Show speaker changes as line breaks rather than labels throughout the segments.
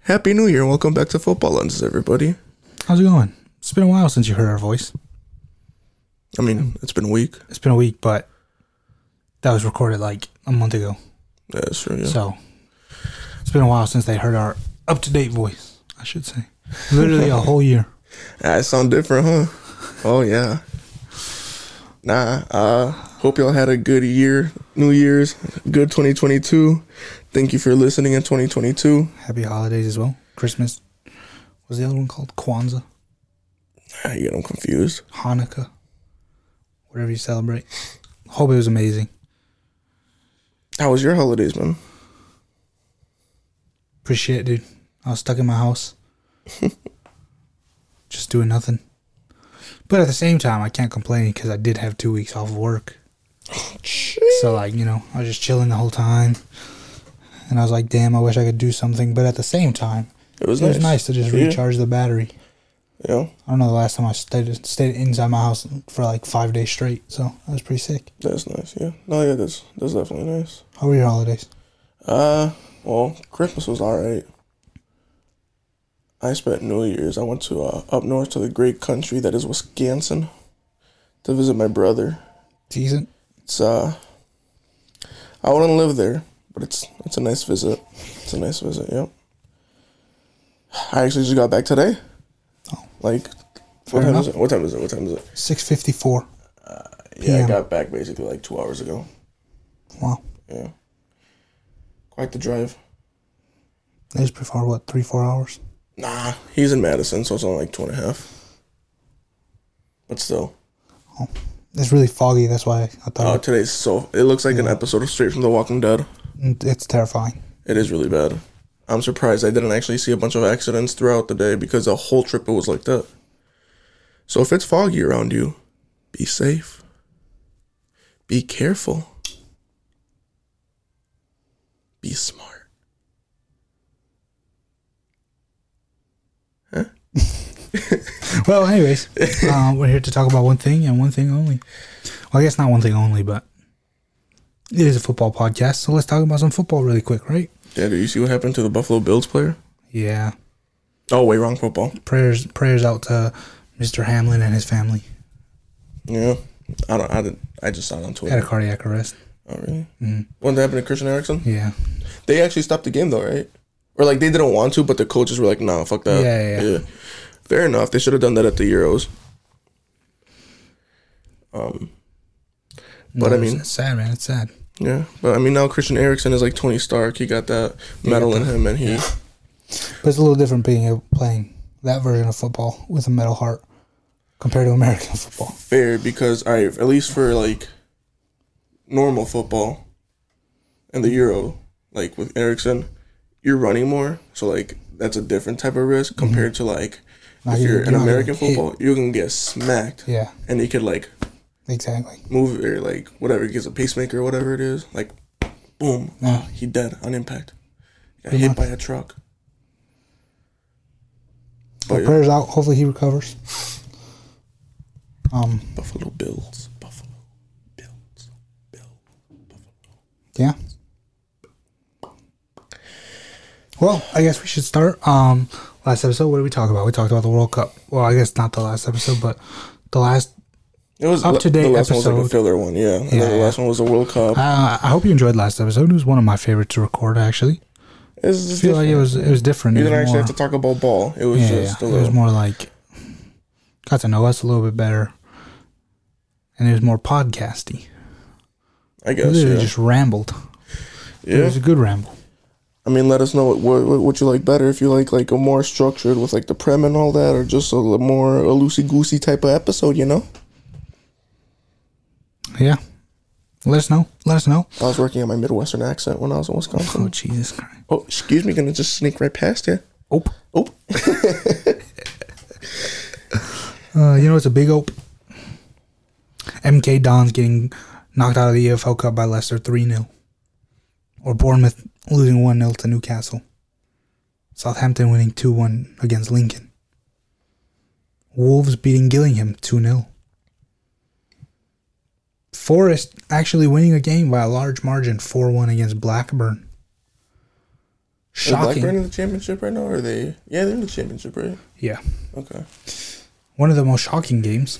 Happy New Year and welcome back to Football Lenses, everybody.
How's it going? It's been a while since you heard our voice.
I mean, it's been a week.
It's been a week, but that was recorded like a month ago.
Yeah, that's true. Yeah.
So it's been a while since they heard our up to date voice, I should say. Literally a whole year.
Ah, it sound different, huh? Oh yeah. Nah. Uh, hope y'all had a good year, New Year's, good 2022. Thank you for listening in 2022.
Happy holidays as well. Christmas. Was the other one called Kwanzaa?
Ah, You get them confused.
Hanukkah? Whatever you celebrate. Hope it was amazing.
How was your holidays, man?
Appreciate it, dude. I was stuck in my house. just doing nothing. But at the same time, I can't complain because I did have two weeks off of work. So, like, you know, I was just chilling the whole time. And I was like, damn, I wish I could do something. But at the same time,
It was
it
nice.
was nice to just
Yeah.
recharge the battery.
Yeah,
I don't know the last time I stayed, stayed inside my house for like five days straight. So, that was pretty sick.
that's nice. Yeah. No, yeah, that's that's definitely nice.
How were your holidays?
Uh, well, Christmas was all right. I spent New Year's. I went to uh, up north to the great country that is Wisconsin to visit my brother.
Decent.
It's uh, I wouldn't live there, but it's it's a nice visit. It's a nice visit. Yep. I actually just got back today.
Oh.
Like, what
Fair
time
enough.
is it? What time is it? What time is it?
654.
Yeah, I
PM.
got back basically like two hours ago.
Wow.
Yeah. Quite the drive.
That was pretty far, what, three, four hours?
Nah, he's in Madison, so it's only like two and a half. But still.
It's really foggy. That's why I thought
Oh,
it
today's so. It looks like an episode of Straight from The Walking Dead.
Mm, It's terrifying.
It is really bad. I'm surprised I didn't actually see a bunch of accidents throughout the day because the whole trip it was like that. So if it's foggy around you, be safe. Be careful. Be smart.
Well, anyways, uh, we're here to talk about one thing and one thing only. Well, I guess not one thing only, but it is a football podcast, so let's talk about some football really quick, right?
Yeah, did you see what happened to the Buffalo Bills player?
Yeah.
Oh, wait, wrong football.
Prayers prayers out to Mr. Hamlin and his family.
Yeah. I don't. I didn't. I just saw it on
Had a
Twitter.
cardiac arrest.
Oh, really?
Mm-hmm.
Mm. What happened to Christian Erickson?
Yeah.
They actually stopped the game though, right? Or like they didn't want to, but the coaches were like, "Nah, fuck that."
Yeah, yeah, yeah.
Fair enough. They should have done that at the Euros. Um, But I
it's-
mean-
it's sad, man. It's sad.
yeah, but I mean now Christian Erickson is like Tony Stark. He got that medal in him, and he
But it's a little different being a, playing that version of football with a metal heart compared to American football.
fair because all right, at least for like normal football and the Euro, like with Erickson, you're running more, so like that's a different type of risk compared to like
Nah,
if
you-
you're in
you're Mm-hmm. not
American
getting hit.
football, you can get smacked.
Yeah,
and he could like
exactly.
move or like whatever, he gets a pacemaker or whatever it is, like boom,
Yeah.
he dead on impact. Got
Pretty
hit
much.
by a truck. But
But
yeah,
prayers out. Hopefully he recovers. Um,
Buffalo Bills, Buffalo Bills, Bills.
Yeah. Well, I guess we should start. Um, last episode, what did we talk about? We talked about the World Cup. Well, I guess not the last episode, but the last.
It was
Up
la-
to date
The last one was like a
episode.
filler one, yeah. And then the
Yeah.
last one was a World Cup.
Uh, I hope you enjoyed last episode. It was one of my favorites to record. Actually,
It's just
I feel like it
different.
was it was different.
you
It was
didn't actually
more,
have to talk about ball. It was
yeah,
just
yeah.
a
it was
little.
more like got to know us a little bit better, and it was more podcasty.
I
We
guess.
literally
Yeah.
just rambled. It
yeah.
was a good ramble.
I mean, let us know what, what what you like better. If you like like a more structured with like the prem and all that, or just a little more a loosey goosey type of episode, you know.
Yeah. Let us know. Let us know.
I was working on my Midwestern accent when I was in
Oh
Wisconsin.
Jesus Christ!
Oh, excuse me, gonna just sneak right past you.
Oh.
Oh,
Uh, you know, it's a big ope. MK Don's getting knocked out of the EFL Cup by Leicester 3 0. Or Bournemouth losing 1 0 to Newcastle. Southampton winning 2 1 against Lincoln. Wolves beating Gillingham 2 0. Forest actually winning a game by a large margin 4 1 against Blackburn.
Shocking. Blackburn
Shocking.
in the championship right now? Or are they? Yeah, they're in the championship, right?
Yeah.
Okay.
One of the most shocking games.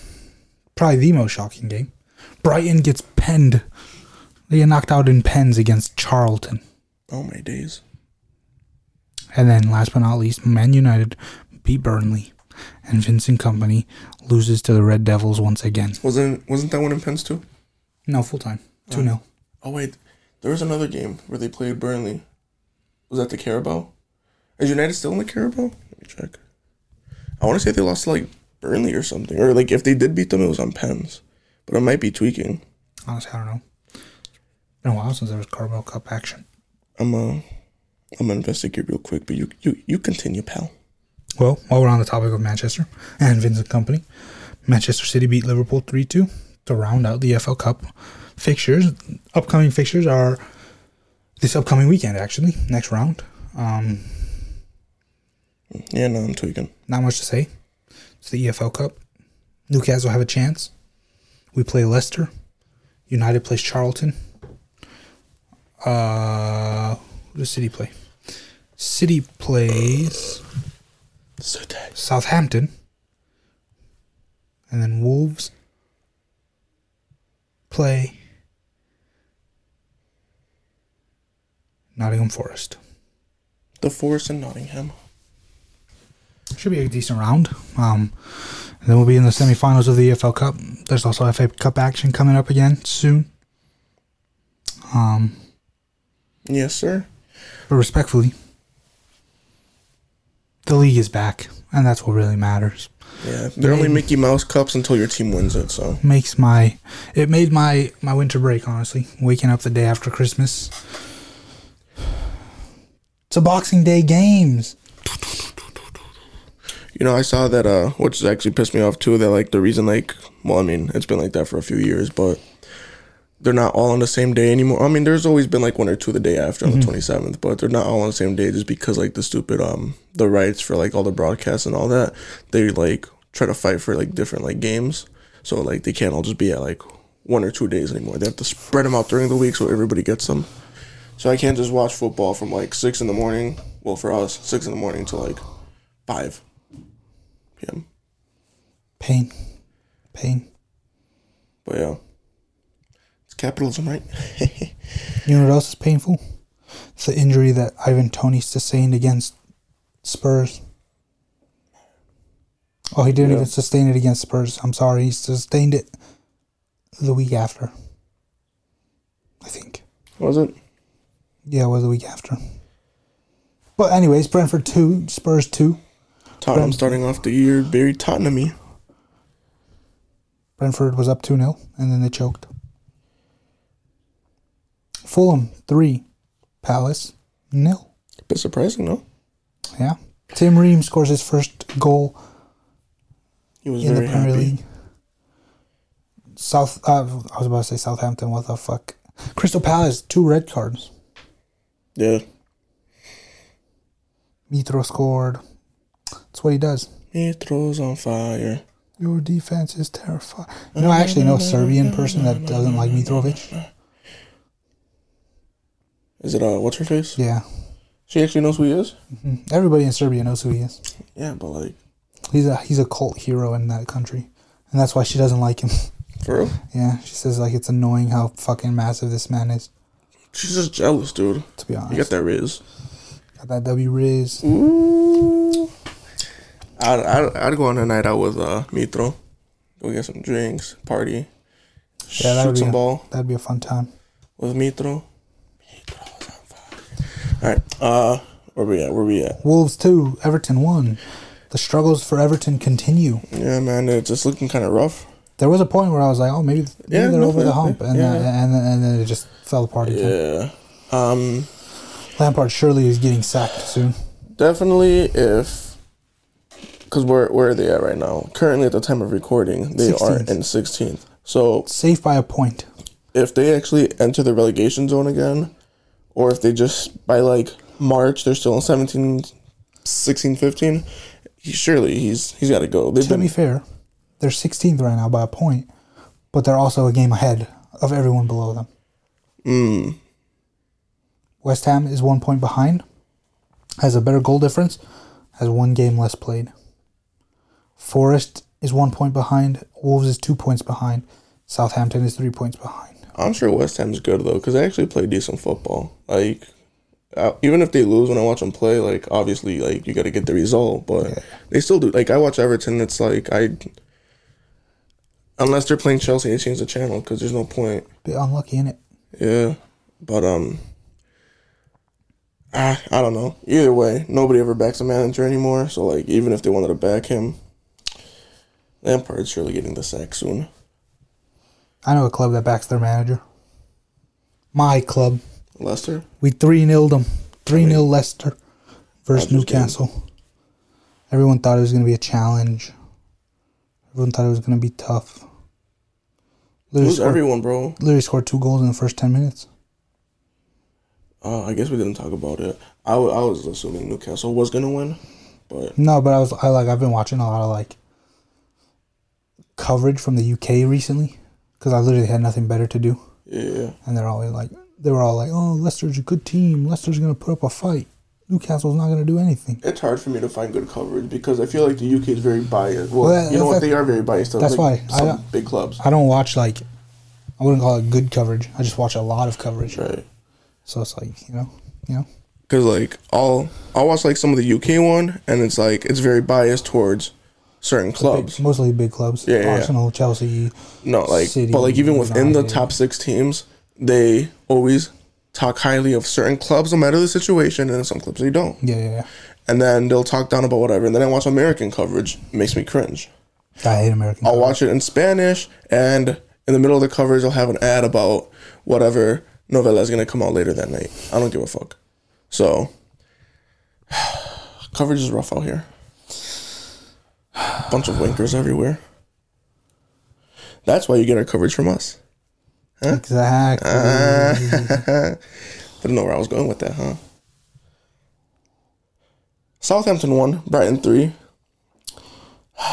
Probably the most shocking game. Brighton gets penned. They get knocked out in pens against Charlton.
Oh my days.
And then, last but not least, Man United beat Burnley. And Vincent Company loses to the Red Devils once again.
Wasn't wasn't that one in Pens too?
No, full time. 2 0.
Oh wait, there was another game where they played Burnley. Was that the Carabao? Is United still in the Carabao? Let me check. I want to say they lost to like Burnley or something, or like if they did beat them, it was on pens. But I might be tweaking.
Honestly, I don't know. It's been a while since there was Carmel Cup action.
I'm uh, I'm gonna investigate real quick. But you you you continue, pal.
Well, while we're on the topic of Manchester and Vincent Company, Manchester City beat Liverpool 3 2 to round out the FL Cup fixtures. Upcoming fixtures are this upcoming weekend, actually, next round. Um,
Yeah, no, I'm tweaking.
not much to say. It's the EFL Cup. Newcastle have a chance. We play Leicester. United plays Charlton. Uh, who does City play? City plays
So tag.
Southampton. And then Wolves play Nottingham Forest.
The Forest and Nottingham.
Should be a decent round. Um, and then we'll be in the semifinals of the EFL Cup. There's also FA Cup action coming up again soon. Um,
Yes, sir.
but respectfully, the league is back, and that's what really matters.
Yeah, they're only
Mm.
Mickey Mouse cups until your team wins it. So
Makes my it made my my winter break honestly. Waking up the day after Christmas. It's a Boxing Day games.
you know, I saw that, uh, which actually pissed me off too. That like the reason, like, well, I mean, it's been like that for a few years, but they're not all on the same day anymore. I mean, there's always been like one or two the day after on the 27th, but they're not all on the same day just because like the stupid um the rights for like all the broadcasts and all that. They like try to fight for like different like games, so like they can't all just be at like one or two days anymore. They have to spread them out during the week so everybody gets them. So I can't just watch football from like six in the morning. Well, for us, six in the morning to like five p.m.
Pain. Pain.
But yeah, it's capitalism, right?
You know what else is painful? It's the injury that Ivan Tony sustained against Spurs. Oh, he didn't
Yeah.
even sustain it against Spurs. I'm sorry. He sustained it the week after. I think.
Was it?
Yeah, it was the week after. But, anyways, Brentford 2, Spurs 2.
Tottenham starting off the year very Tottenham-y.
Brentford was up 2 0, and then they choked. Fulham 3, Palace nil.
Bit surprising, no?
Yeah. Tim Ream scores his first goal
He was
in the
very
Premier
happy.
League. South, uh, I was about to say Southampton. What the fuck? Crystal Palace, two red cards.
Yeah,
Mitro scored. That's what he does.
he throws on fire.
Your defense is terrifying. You know, I actually know a Serbian person that doesn't like Mitrovic.
Is it uh, what's her face?
Yeah,
She actually knows who he is.
Mhm. everybody in Serbia knows who he is.
Yeah, but like
He's a he's a cult hero in that country, and that's why she doesn't like him.
for real,
yeah, she says like it's annoying how fucking massive this man is.
she's just jealous, dude.
To be honest,
You got that Riz.
got that W Riz.
Ooh. I'd, I'd, I'd go on a night out with uh, Mitro. Go get some drinks, party,
Yeah, that would
shoot
be
some
a-
ball
That'd be a fun time.
with Mitro. Mitro's on fire. All right, uh, where we at? Where we at?
Wolves two, Everton one. The struggles for Everton continue.
Yeah, man, it's just looking kind of rough.
There was a point where I was like, oh, maybe, maybe
Yeah,
they're
no,
over
yeah,
the hump, and
yeah.
then, and then, and then it just fell apart
Yeah.
again.
Um,
Lampard surely is getting sacked soon.
definitely if, because where where are they at right now? Currently, at the time of recording, they are
16th.
in 16th. So
Safe by a point.
if they actually enter the relegation zone again, or if they just by like March they're still in 17, 16, 15, he, surely he's he's got to go. They've
To be
been
fair, they're 16th right now by a point, but they're also a game ahead of everyone below them. West Ham is one point behind. has a better goal difference, has one game less played. Forest is one point behind, Wolves is two points behind, Southampton is three points behind.
I'm sure West Ham's good though, because they actually play decent football. Like, uh, even if they lose, when I watch them play, like obviously, like you got to get the result, but they still do. Like I watch Everton, it's like I, unless they're playing Chelsea, they change the channel because there's no point.
Bit unlucky, in it?
Yeah, but um, I I don't know. Either way, nobody ever backs a manager anymore. So like, even if they wanted to back him, Lampard's surely getting the sack soon.
I know a club that backs their manager. My club.
Leicester,
We 3 0 them. 3 0 Leicester
Rogers
versus
game.
Newcastle. Everyone thought it was going to be a challenge. Everyone thought it was going to be tough. Literally
lose
scored,
everyone, bro.
literally scored two goals in the first 10 minutes.
Uh, I guess we didn't talk about it. I wa- I was assuming Newcastle was gonna win, but
No, but I was I like I've been watching a lot of like coverage from the UK recently because I literally had nothing better to do,
yeah,
and they're always like they were all like, "Oh, Leicester's a good team. Leicester's gonna put up a fight. Newcastle's not gonna do anything."
it's hard for me to find good coverage because I feel like the UK is very biased. Well,
Well,
you know what?
that's-
They are very biased. to,
that's
like,
why I
some
don't-
big clubs,
I don't watch like I wouldn't call it good coverage. I just watch a lot of coverage,
right?
so it's like you know, you know,
Because like I'll I'll watch like some of the UK one, and it's like it's very biased towards certain
big,
clubs.
mostly big clubs,
Yeah, yeah, yeah.
Arsenal, Chelsea.
No, like
City,
but like even within the
United.
top six teams, they always talk highly of certain clubs no matter the situation, and some clubs they don't.
Yeah, yeah, yeah.
And then they'll talk down about whatever, and then I watch American coverage, it makes me cringe.
I hate American.
I'll
coverage.
watch it in Spanish, and in the middle of the coverage, I'll have an ad about whatever novella is going to come out later that night. I don't give a fuck. So, coverage is rough out here. Bunch of winkers everywhere. That's why you get our coverage from us.
Exactly.
Uh. Didn't know where I was going with that, huh? Southampton one, Brighton three.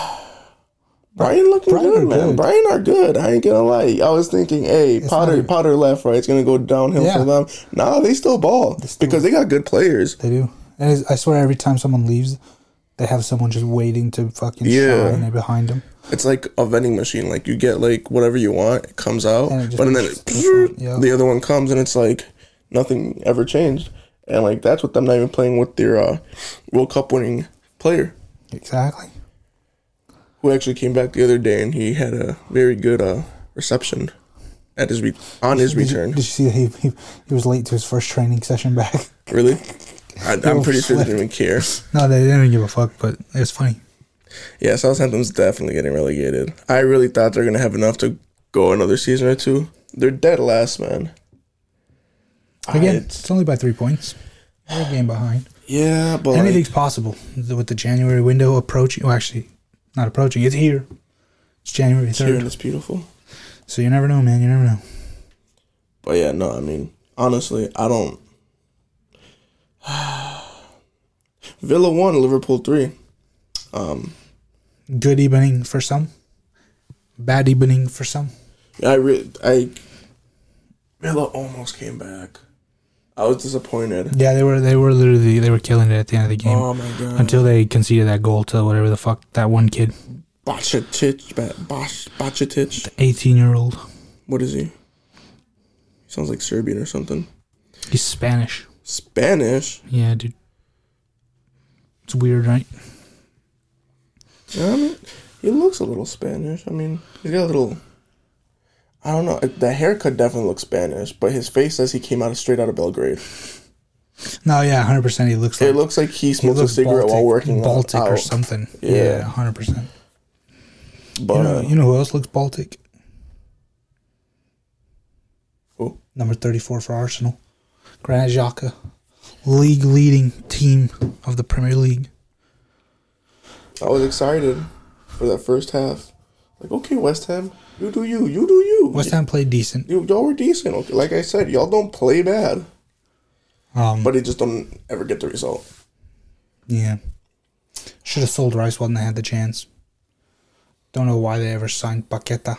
Brighton looking
Brighton
good,
are
man.
good.
Brighton are good. I ain't gonna lie. I was thinking, hey, Potter,
not a-
Potter left, right. It's gonna go downhill
Yeah.
for them. Nah, they still ball because they got good players.
They do. And it's, I swear, every time someone leaves, they have someone just waiting to fucking
Yeah.
shine it behind them.
It's like a vending machine. Like you get like whatever you want, it comes out,
And it just
but and then
goes
it,
to this one, yeah.
the other one comes, and it's like nothing ever changed. And like that's what them not even playing with their uh, World Cup winning player.
Exactly.
who actually came back the other day and he had a very good uh, reception at his re- on his
Did you-
return.
Did you, see that he, he he was late to his first training session back?
Really, I, I'm
Little
pretty sure they
slip.
didn't even care.
No, they didn't give a fuck, but it was funny.
Yeah, Southampton's definitely getting relegated. I really thought they're gonna have enough to go another season or two. They're dead last, man.
Again,
I-
it's only by three points. They're a game behind.
yeah, but like,
Anything's possible th- with the January window approaching. Well, actually, not approaching. It's here. It's January
it's here and
third.
it's beautiful.
So you never know, man. You never know.
But yeah, no, I mean, honestly, I don't. Villa one, Liverpool three.
Good evening for some. Bad evening for some.
I re- I Villa almost came back. I was disappointed.
Yeah, they were they were literally they were killing it at the end of the game.
Oh my god.
until they conceded that goal to whatever the fuck that one kid,
Bacetich, ba- Bosh, Bacetich.
eighteen year old.
What is he? He sounds like Serbian or something.
He's Spanish.
Spanish.
Yeah, dude. It's weird, right?
Yeah, I mean, he looks a little Spanish. I mean, he's got a little. I don't know. The haircut definitely looks Spanish, but his face says he came out of straight out of Belgrade.
No, yeah, hundred percent. He looks like
It looks like he
he
smokes a
looks
cigarette
Baltic,
while working
Baltic
out.
or something.
Yeah.
Yeah, hundred percent.
But
You know,
uh,
you know who else looks Baltic?
Who?
Number thirty four for Arsenal, Granit Xhaka, league leading team of the Premier League.
I was excited for that first half. Like, okay, West Ham, you do you, you do you.
West Ham played decent.
you y'all were decent. Okay, like I said, y'all don't play bad,
Um,
but they just don't ever get the result.
Yeah. Should have sold Rice when they had the chance. Don't know why they ever signed Paqueta.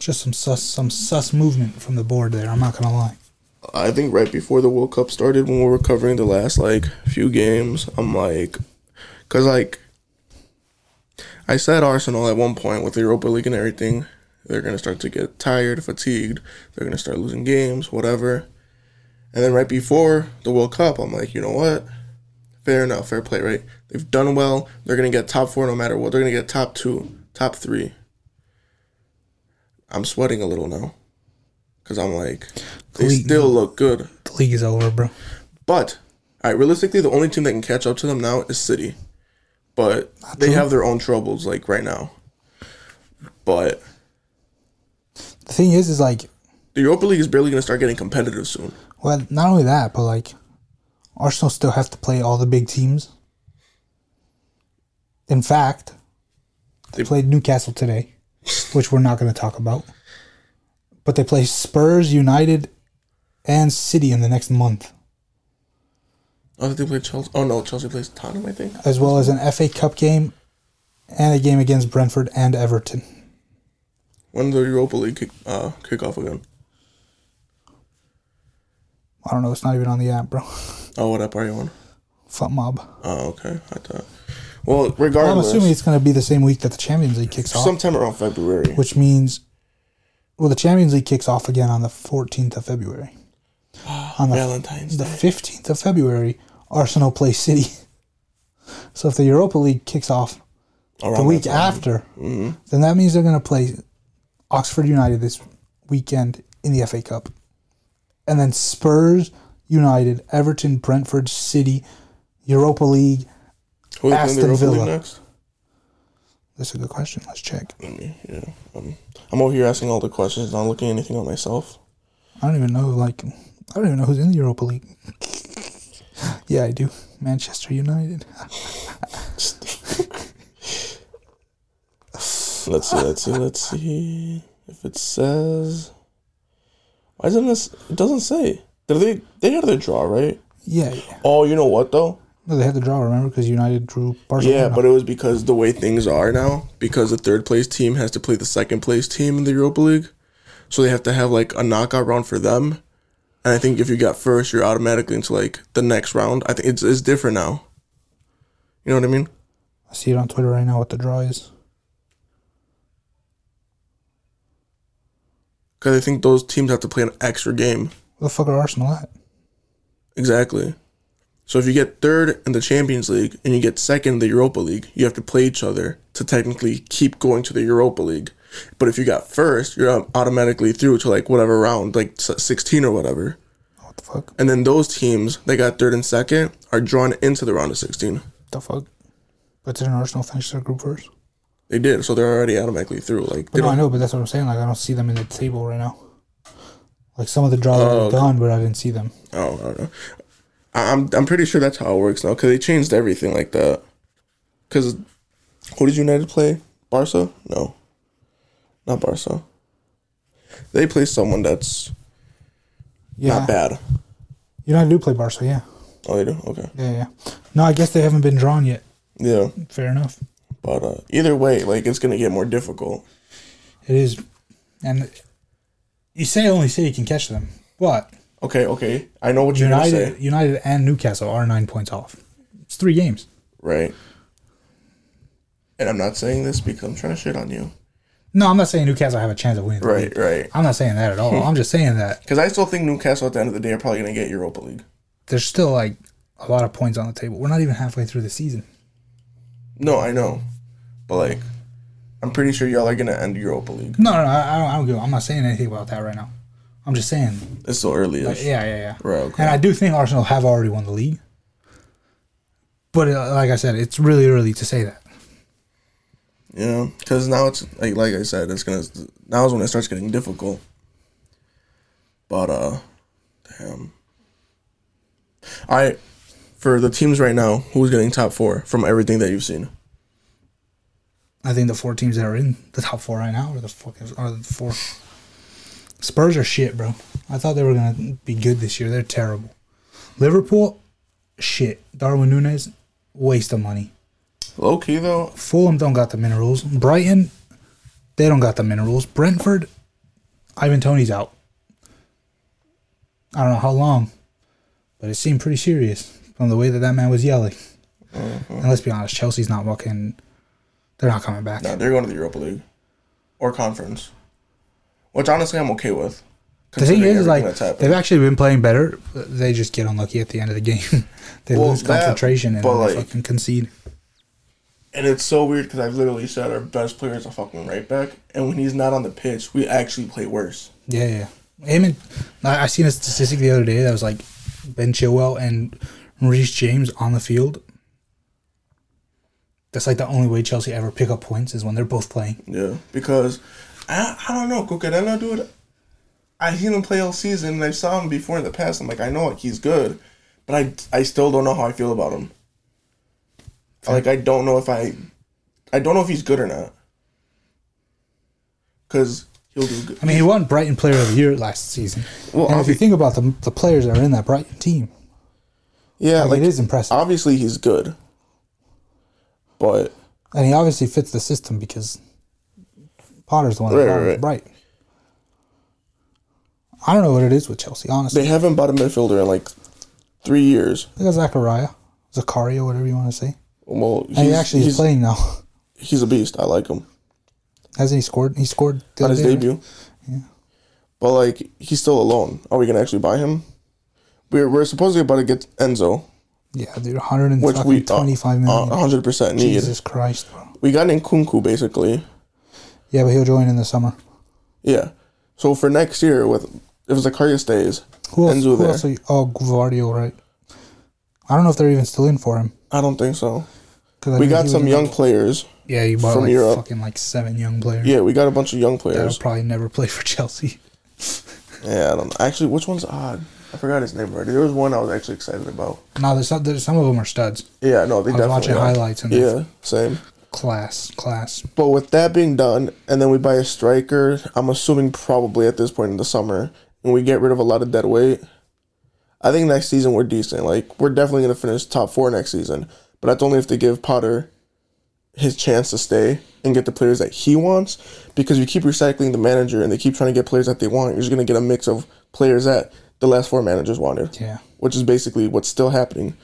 Just some sus some sus movement from the board there, I'm not gonna lie.
I think right before the World Cup started, when we were covering the last like few games, I'm like, cause like, I said Arsenal at one point with the Europa League and everything, they're gonna start to get tired, fatigued. They're gonna start losing games, whatever. And then right before the World Cup, I'm like, you know what? Fair enough, fair play, right? They've done well. They're gonna get top four no matter what. They're gonna get top two, top three. I'm sweating a little now, cause I'm like, they
League-
still look good.
The league is over, bro.
But all right, realistically, the only team that can catch up to them now is City, but they
true.
have their own troubles like right now. But
The thing is, is like,
the Europa League is barely gonna start getting competitive soon.
well, not only that, but like, Arsenal still have to play all the big teams. In fact, they
They-
played Newcastle today, which we're not going to talk about. But they play Spurs, United, and City in the next month,
Oh, did they play Chelsea? Oh no, Chelsea plays Tottenham, I think.
as well as an FA Cup game and a game against Brentford and Everton.
When the Europa League kick, uh, kick off again?
I don't know. It's not even on the app, bro.
Oh, what app are you on?
Fuck mob.
Oh, okay. I thought. Well,
I'm
regardless,
assuming it's going to be the same week that the Champions League kicks off,
sometime around February.
which means, well, the Champions League kicks off again on the 14th of February. On the,
Valentine's
the
Day.
15th of February, Arsenal plays City. So if the Europa League kicks off
Around
the
that
week
time. Mm-hmm.
after, then that means they're going to play Oxford United this weekend in the FA Cup. And then Spurs, United, Everton, Brentford, City, Europa League.
Who they play in the
Aston
Europa League
Villa.
next?
That's a good question. Let's check.
Let me- Yeah. Um, I'm over here asking all the questions, not looking anything up myself.
I don't even know, like, I don't even know who's in the Europa League. yeah, I do. Manchester United.
Let's see. Let's see. Let's see if it says. Why doesn't this? It doesn't say. Did they? They had their draw, right?
Yeah, yeah.
Oh, you know what though?
No, they had the draw, remember? Because United drew Barcelona.
Yeah, but it was because the way things are now, because the third place team has to play the second place team in the Europa League. So they have to have like a knockout round for them. And I think if you got first, you're automatically into like the next round. I think it's it's different now. You know what I mean?
I see it on Twitter right now what the draw is.
Because I think those teams have to play an extra game.
Where the fuck are Arsenal at?
Exactly. So if you get third in the Champions League and you get second in the Europa League, you have to play each other to technically keep going to the Europa League. But if you got first, you're au- automatically through to like whatever round, like s- 16 or whatever.
What the fuck?
And then those teams that got third and second are drawn into the round of 16.
the fuck? But didn't Arsenal finish their group first?
They did, so they're already automatically through. Like they
But no, I
don't-
know, but that's what I'm saying. Like, I don't see them in the table right now. Like, some of the draws
Oh,
are
okay.
done, but I didn't see them.
oh, I don't know. I- I'm I'm pretty sure that's how it works now because they changed everything like that. Because who did United play? Barca? No, not Barca. They play someone that's
Yeah.
not bad.
United do play Barca, yeah.
Oh, they do. Okay.
Yeah, yeah. No, I guess they haven't been drawn yet.
Yeah,
Fair enough.
but uh, either way, like it's gonna get more difficult.
It is. And you say only City can catch them, but
Okay, okay. I know what you're gonna
United,
say.
United and Newcastle are nine points off. It's three games.
Right. And I'm not saying this because I'm trying to shit on you.
No, I'm not saying Newcastle have a chance of winning. the
Right,
league.
right.
I'm not saying that at all. I'm just saying that
Because I still think Newcastle at the end of the day are probably gonna get Europa League.
there's still like a lot of points on the table. We're not even halfway through the season.
No, I know, but like, I'm pretty sure y'all are gonna end Europa League.
No, no, no I, I don't. I don't give, I'm not saying anything about that right now. I'm just saying.
It's so early.
like, yeah, yeah, yeah.
Right. Okay.
And I do think Arsenal have already won the league. But uh, like I said, it's really early to say that.
yeah. Because now it's like, like I said, it's gonna. Now is when it starts getting difficult. But uh, damn. I, for the teams right now, who's getting top four from everything that you've seen?
I think the four teams that are in the top four right now are the fucking are the four. Spurs are shit, bro. I thought they were gonna be good this year. They're terrible. Liverpool, shit. Darwin Nunes, waste of money.
Low key though,
Fulham don't got the minerals. Brighton, they don't got the minerals. Brentford, Ivan Tony's out. I don't know how long, but it seemed pretty serious from the way that that man was yelling. And let's be honest, Chelsea's not walking. They're not coming back.
No, they're going to the Europa League or conference, which honestly I'm okay with.
the thing
considering
is, like,
everything that's happened.
they've actually been playing better. but They just get unlucky at the end of the game. they
Well,
lose
that-
concentration and
but,
they
like-
fucking concede.
and it's so weird because I've literally said our best player is a fucking right back, and when he's not on the pitch, we actually play worse.
Yeah, yeah. Him and I, I seen a statistic the other day that was like Ben Chilwell and Reece James on the field. That's like the only way Chelsea ever pick up points is when they're both playing.
Yeah, because I, I don't know, Cucurella, dude. I seen him play all season, and I saw him before in the past. I'm like, I know like, he's good, but I I still don't know how I feel about him. Like I don't know if I, I don't know if he's good or not. Cause he'll do good.
I mean, he won Brighton Player of the Year last season.
Well,
and if you
obvi-
think about the the players that are in that Brighton team,
yeah,
like,
like
it is impressive,
obviously he's good, but
and he obviously fits the system because Potter's the one
Right,
that
right,
right,
right.
Brighton. I don't know what it is with Chelsea, honestly.
they haven't bought a midfielder in like three years.
They got Zachariah, Zakaria, whatever you want to say.
Well,
And
he's,
he actually is
he's,
playing now.
he's a beast. I like him.
Hasn't he scored? He scored the
on
other
his
day, right?
debut. But like he's still alone. Are we gonna actually buy him? We're we're supposedly about to get Enzo,
Yeah, dude, 125
which we uh,
million.
hundred percent need.
Jesus Christ, bro.
We got Nkunku basically.
Yeah, but he'll join in the summer.
Yeah. So for next year with if Zakaria stays,
Who else?
Enzo
who
there.
else are you, oh, Guardio, right? I don't know if they're even still in for him.
I don't think so.
'cause I
We
know
got
he
some
was-
young players.
Yeah, you bought
from
like
Europe.
fucking like seven young players.
Yeah, we got a bunch of young
that'll
players.
probably never play for Chelsea.
Yeah, I don't actually which one's odd. I forgot his name already. There was one I was actually excited about.
No, there's some, there's some of them are studs.
Yeah, no, they
I was
definitely
watching
are.
highlights and they're
Yeah, same.
class, class.
But with that being done, and then we buy a striker, I'm assuming probably at this point in the summer, and we get rid of a lot of dead weight. I think next season we're decent. Like we're definitely gonna finish top four next season. But that's only if they give Potter his chance to stay and get the players that he wants. Because you keep recycling the manager and they keep trying to get players that they want, you're just gonna get a mix of players that the last four managers wanted
Yeah,
which is basically what's still happening.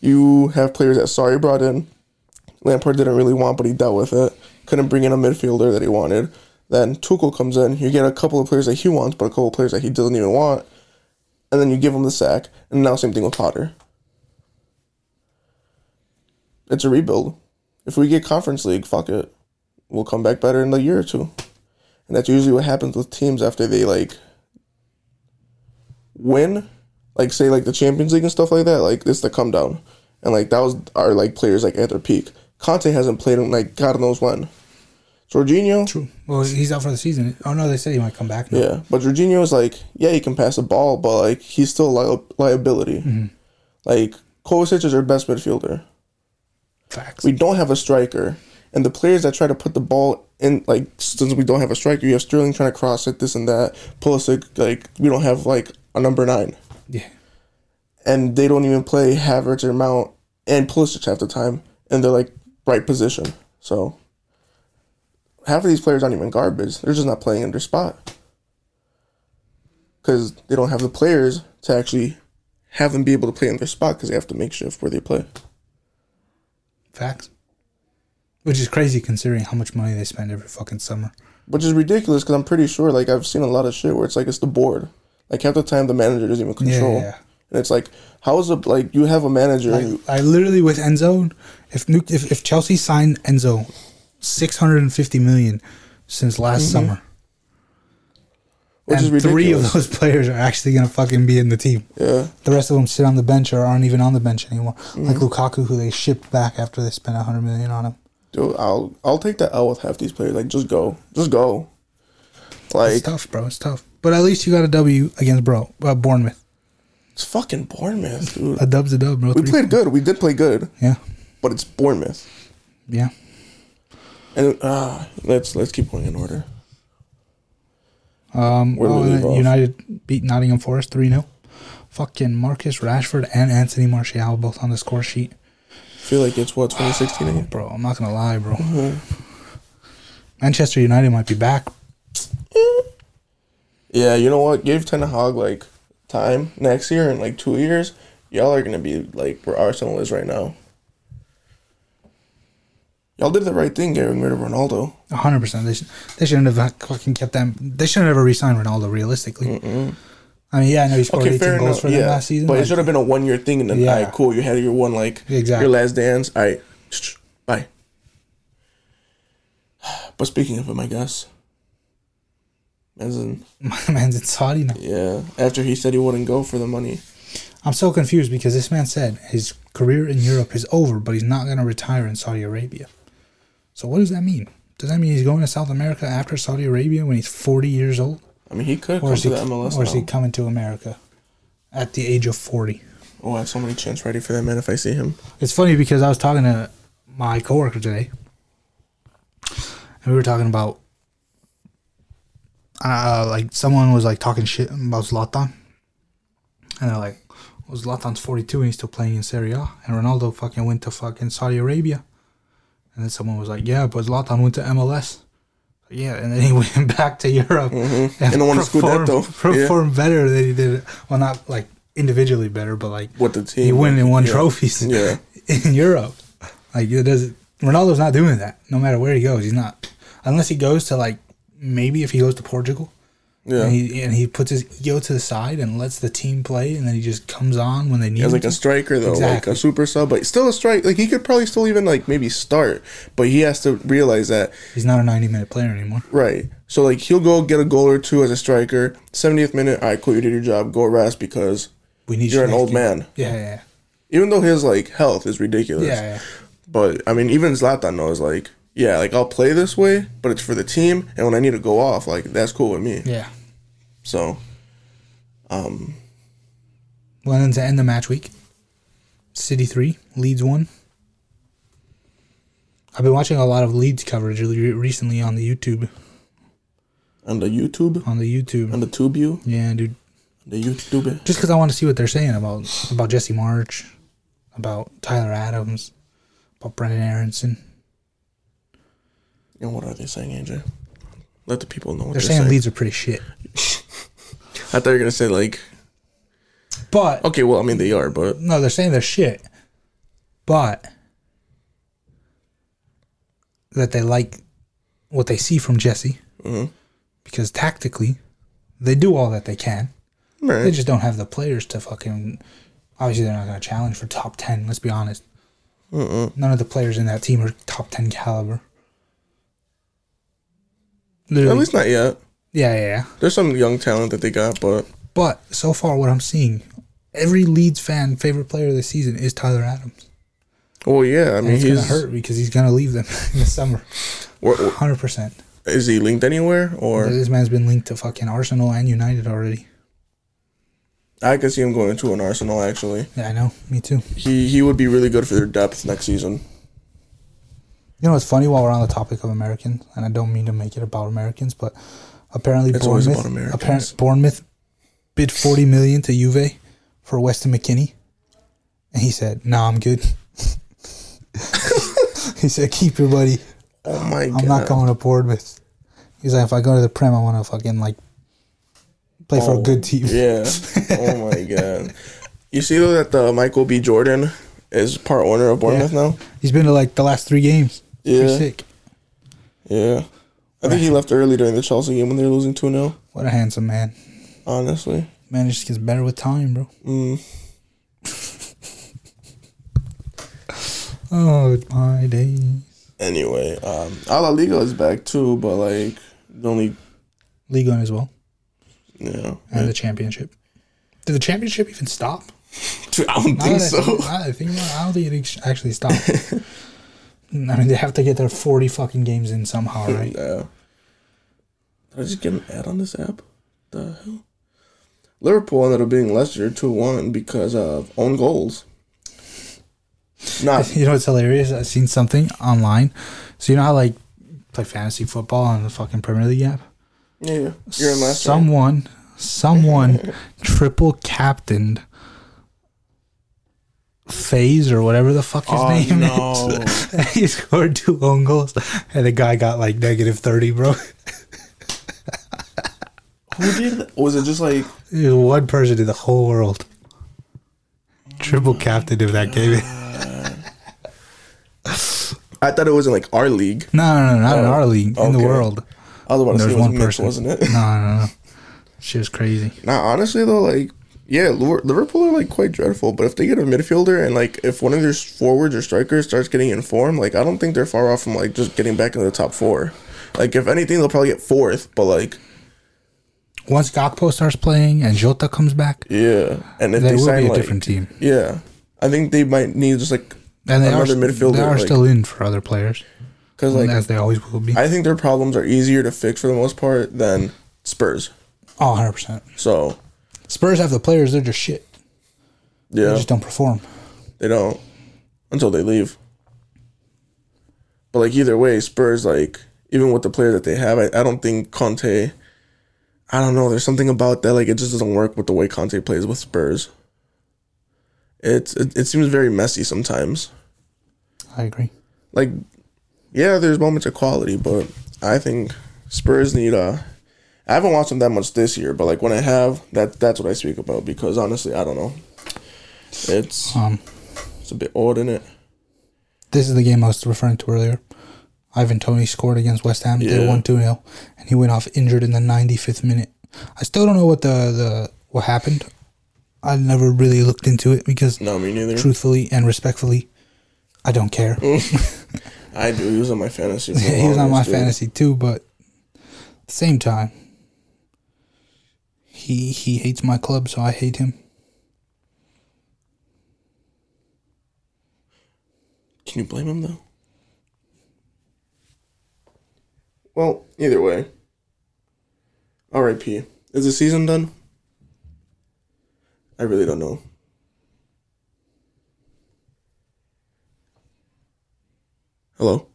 You have players that Sari brought in. Lampard didn't really want, but he dealt with it. Couldn't bring in a midfielder that he wanted. Then Tuchel comes in. You get a couple of players that he wants, but a couple of players that he doesn't even want. And then you give him the sack. And now same thing with Potter. It's a rebuild. If we get Conference League, fuck it. We'll come back better in a year or two. And that's usually what happens with teams after they like win, like say like the Champions League and stuff like that, like it's the come down. And like that was our like players like at their peak. Conte hasn't played in like God knows when. Jorginho
true. Well, he's out for the season. Oh no, they said he might come back. Now.
Yeah. But Jorginho is like, yeah, he can pass the ball, but like he's still a li- liability. Like Kovacic is our best midfielder.
Facts.
We don't have a striker. And the players that try to put the ball in, like, since we don't have a striker, you have Sterling trying to cross it, this and that. Pulisic, like, we don't have, like, a number nine.
yeah,
and they don't even play Havertz or Mount and Pulisic half the time, and they're like right position. So half of these players aren't even garbage; they're just not playing in their spot because they don't have the players to actually have them be able to play in their spot because they have to make shift where they play.
facts. Which is crazy considering how much money they spend every fucking summer.
Which is ridiculous because I'm pretty sure, like, I've seen a lot of shit where it's like it's the board. Like, half the time the manager doesn't even control.
yeah.
And it's like, how is it, like, you have a manager. and you,
I literally with Enzo, if Nu- if, if Chelsea signed Enzo, six hundred and fifty million since last summer,
Mm-hmm. which
and
is ridiculous.
three of those players are actually gonna fucking be in the team.
Yeah. Mm-hmm.
The rest of them sit on the bench or aren't even on the bench anymore. Like Lukaku, who they shipped back after they spent hundred million on him.
Dude, I'll I'll take that L with half these players. Like, just go, just go. Like
It's tough, bro. It's tough. But at least you got a W against bro uh, Bournemouth.
it's fucking Bournemouth, dude.
A dub's a dub, bro.
We
Three-
played good. We did play good,
Yeah,
but it's Bournemouth.
yeah.
And uh, let's let's keep going in order.
Um,
Where do
oh,
we
and
leave
then
off?
United beat Nottingham Forest 3 0. Fucking Marcus Rashford and Anthony Martial both on the score sheet.
Feel like it's what 2016 again.
Bro, I'm not going to lie, bro.
Mm-hmm.
Manchester United might be back.
Yeah, you know what? Give Ten Hag like time next year in like two years, y'all are gonna be like where Arsenal is right now. Y'all did the right thing getting rid of Ronaldo.
A hundred percent. They, sh- they shouldn't have fucking kept them. They shouldn't have re-signed Ronaldo. Realistically, I mean, yeah, I know he scored
Okay,
eighteen
fair
goals
enough.
for them
Yeah,
last season.
but it
like,
should have been a one year thing, and then
Yeah.
all right, cool. You had your one like
Exactly.
your last dance. All right, bye. But speaking of him, I guess. As in,
my man's in Saudi now.
yeah, after he said he wouldn't go for the money.
I'm so confused because this man said his career in Europe is over, but he's not going to retire in Saudi Arabia. So what does that mean? Does that mean he's going to South America after Saudi Arabia when he's 40 years old,
I mean, he could
or
come
is
to
he,
the MLS
or is he
now.
coming to America at the age of 40?
Oh, I have so many chants ready for that man if I see him.
It's funny because I was talking to my coworker today, and we were talking about uh, like someone was like talking shit about Zlatan, and they're like, well, "Zlatan's forty-two and he's still playing in Serie A, and Ronaldo fucking went to fucking Saudi Arabia," and then someone was like, "Yeah, but Zlatan went to MLS." Yeah, and then he went back to Europe
Mm-hmm. And won the
performed,
Scudetto, yeah.
performed better than he did. Well, not like individually better, but like
With the team.
he went and won
yeah.
trophies
Yeah.
in Europe. Like it doesn't Ronaldo's not doing that. No matter where he goes, he's not. Unless he goes to like maybe if he goes to Portugal
Yeah.
and he and he puts his ego to the side and lets the team play and then he just comes on when they need
As
him.
like a
to.
striker though, like
Exactly.
a super sub, but still a strike. Like he could probably still even like maybe start, but he has to realize that
he's not a 90 minute player anymore.
right. So like he'll go get a goal or two as a striker. Seventieth minute, all right, cool, you did your job. Go rest because
We need
you're
you
an
next
old
year.
man.
Yeah, yeah,
Even though his like health is ridiculous,
yeah. yeah,
But I mean, even Zlatan knows like, yeah, like I'll play this way, but it's for the team, and when I need to go off, like that's cool with me.
yeah, yeah.
So, um,
Well, and then to end the match week, City three, Leeds one. I've been watching a lot of Leeds coverage re- recently on the YouTube.
on the YouTube,
On the YouTube,
on the TubeU,
yeah, dude.
the YouTube.
just because I want to see what they're saying about about Jesse March, about Tyler Adams, about Brendan Aronson.
And what are they saying, AJ? Let the people know what
They're
they're,
saying,
saying.
Leeds are pretty shit,
I thought you were gonna say like,
but
okay, well, I mean they are, but
no, they're saying they're shit, but that they like what they see from Jesse because tactically they do all that they can. They
right.
just don't have the players to fucking. Obviously, they're not going to challenge for top 10, let's be honest. None of the players in that team are top 10 caliber.
at
Literally.
least not yet.
yeah, yeah, yeah.
There's some young talent that they got, but
But so far, what I'm seeing, every Leeds fan favorite player of the season is Tyler Adams.
well, yeah, I
And
mean
it's going to
he's
hurt because he's going to leave them in the summer.
wh- wh-
100%.
is he linked anywhere or
This man's been linked to fucking Arsenal and United already.
I could see him going to an Arsenal actually.
Yeah, I know. Me too.
He he would be really good for their depth next season.
You know, it's funny while we're on the topic of Americans, and I don't mean to make it about Americans, but apparently
It's always
Bournemouth,
about Americans.
apparent- Bournemouth bid forty million to Juve for Weston McKinney, and he said, "No, I'm good." he said, "Keep your buddy.
Oh my god!
I'm not going to Bournemouth." He's like, "If I go to the Prem, I want to fucking like play for a good team."
Yeah. Oh my god. You see though that the Michael B. Jordan is part owner of Bournemouth now.
He's been to like the last three games. It's pretty
Yeah.
sick.
Yeah. I think he left early during the Chelsea game when they were losing 2 0,
What a handsome man.
honestly.
Man, it just gets better with time, bro.
Mm.
Oh my days.
Anyway, um, A La Liga is back too, but like, the only,
League on as well.
you know.
and the championship. Did the championship even stop?
Dude, I don't
Now that
think so.
I think now that I think about it, I don't think it ex- actually stopped. I mean, they have to get their forty fucking games in somehow, right?
Yeah. uh, Did I just get an ad on this app? The hell? Liverpool ended up being Leicester 2 1 because of own goals. Not
you know what's hilarious? I've seen something online. So you know how like play fantasy football on the fucking Premier League app?
Yeah, yeah. You're in last Some
someone, someone triple captained Phase or whatever the fuck his
Oh,
name
no.
is. And he scored two own goals, and the guy got like negative thirty, bro.
Who did that? Was it just like
Dude, One person in the whole world.
Mm.
Triple captain of that game.
I thought it was in like our league.
No, no, no, not in
Oh,
our league. In the
okay.
world.
I was about to
There's
say it was
one
mixed,
person.
wasn't it?
No, no, no. She was crazy.
Nah, honestly though, like yeah, Liver- Liverpool are like quite dreadful. But if they get a midfielder and like if one of their forwards or strikers starts getting in form, like I don't think they're far off from like just getting back into the top four. Like if anything, they'll probably get fourth. But like
Once Gakpo starts playing and Jota comes back,
yeah, and if
they
they,
will
sign
be a
like
different team.
yeah, I think they might need just like
And they are,
another midfielder,
they are
like-
still in for other players,
because like
as they always will be.
I think their problems are easier to fix for the most part than Spurs.
Oh, 100%.
So
Spurs have the players, they're just shit. They
yeah,
just don't perform.
They don't until they leave. But like either way, Spurs like even with the player that they have, I, I don't think Conte. I don't know. There's something about that like it just doesn't work with the way Conte plays with Spurs. It's it, it seems very messy sometimes.
I agree.
Like, yeah, there's moments of quality, but I think Spurs need a. I haven't watched them that much this year, but like when I have, that that's what I speak about because honestly, I don't know. It's
Um,
it's a bit odd in it.
this is the game I was referring to earlier. Ivan Tony scored against West Ham. They
Yeah.
won 2 0. And he went off injured in the 95th minute. I still don't know what the, the what happened. I never really looked into it because,
No, me neither.
truthfully and respectfully, I don't care.
I do. He was on my fantasy. For the
he was on my
longest, dude.
fantasy too, but at the same time, he he hates my club, so I hate him.
Can you blame him though? Well, either way. R.I.P. Is the season done? I really don't know. Hello.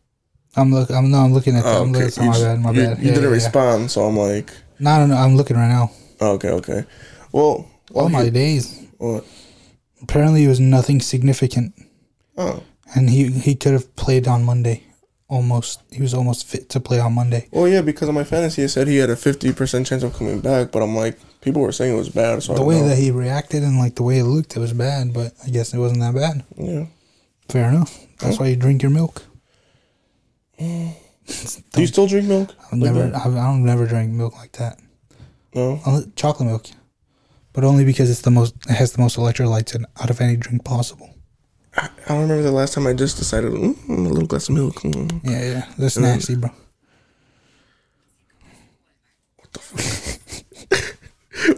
I'm look. I'm no. I'm looking at.
Oh,
I'm
okay.
looking,
you
my
just-
bad. My
you-
bad.
You
Yeah,
didn't
yeah, yeah.
respond, so I'm like, oh,
No, no, no. I'm looking right now.
okay, okay. Well, while
Oh my
you-
days!
what?
Apparently, it was nothing significant,
Oh,
and he he could have played on Monday. Almost, he was almost fit to play on Monday.
well, yeah, because of my fantasy, it said he had a fifty percent chance of coming back, but I'm like, people were saying it was bad, so I
The
don't
way
know.
that he reacted and like the way it looked, it was bad. But I guess it wasn't that bad.
yeah.
Fair enough. That's why you drink your milk.
Do you still drink milk?
I've
Like
never,
that?
I've, I don't never drink milk like that.
No.
Only- Chocolate milk, but only because it's the most, it has the most electrolytes in, out of any drink possible.
I don't remember the last time I just decided mm, a little glass of milk. Mm.
Yeah, yeah, that's
Mm.
nasty, bro.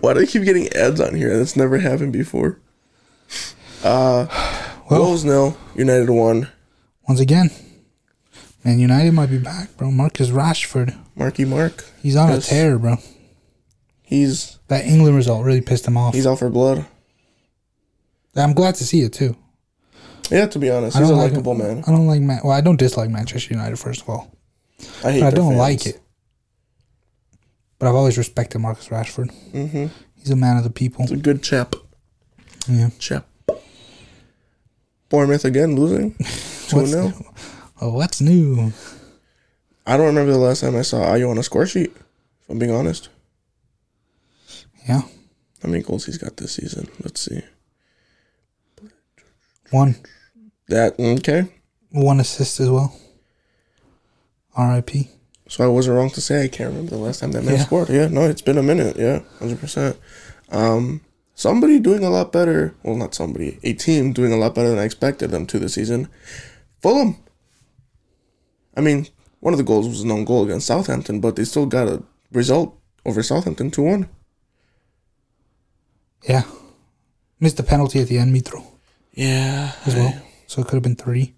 Why do I keep getting ads on here? That's never happened before. Uh,
Well-
Wolves nil, United one.
Once again, man, United might be back, bro. Marcus Rashford,
Marky Mark,
he's on
Yes.
a tear, bro.
he's
That England result really pissed him off.
he's out for blood.
I'm glad to see it too.
Yeah, to be honest,
I
he's a
don't like
likable man.
I don't like, Ma- well, I don't dislike Manchester United first of all,
I hate.
but I
their
don't
fans.
like it. But I've always respected Marcus Rashford.
Mm-hmm.
He's a man of the people.
It's a good chap.
Yeah.
Chap. Bournemouth again losing two
What's
0
new? Oh, what's new?
I don't remember the last time I saw Ayo on a score sheet. If I'm being honest.
Yeah.
How many goals he's got this season? Let's see.
One
That okay.
one assist as well. R.I.P.
So I wasn't wrong to say I can't remember the last time that man
Yeah.
scored. Yeah, no, it's been a minute. Yeah, hundred percent. Um, somebody doing a lot better. Well, not somebody. A team doing a lot better than I expected them to this season. Fulham. I mean, one of the goals was a known goal against Southampton, but they still got a result over Southampton two one.
Yeah. Missed the penalty at the end, Mitro,
Yeah.
as well. So it could have been three.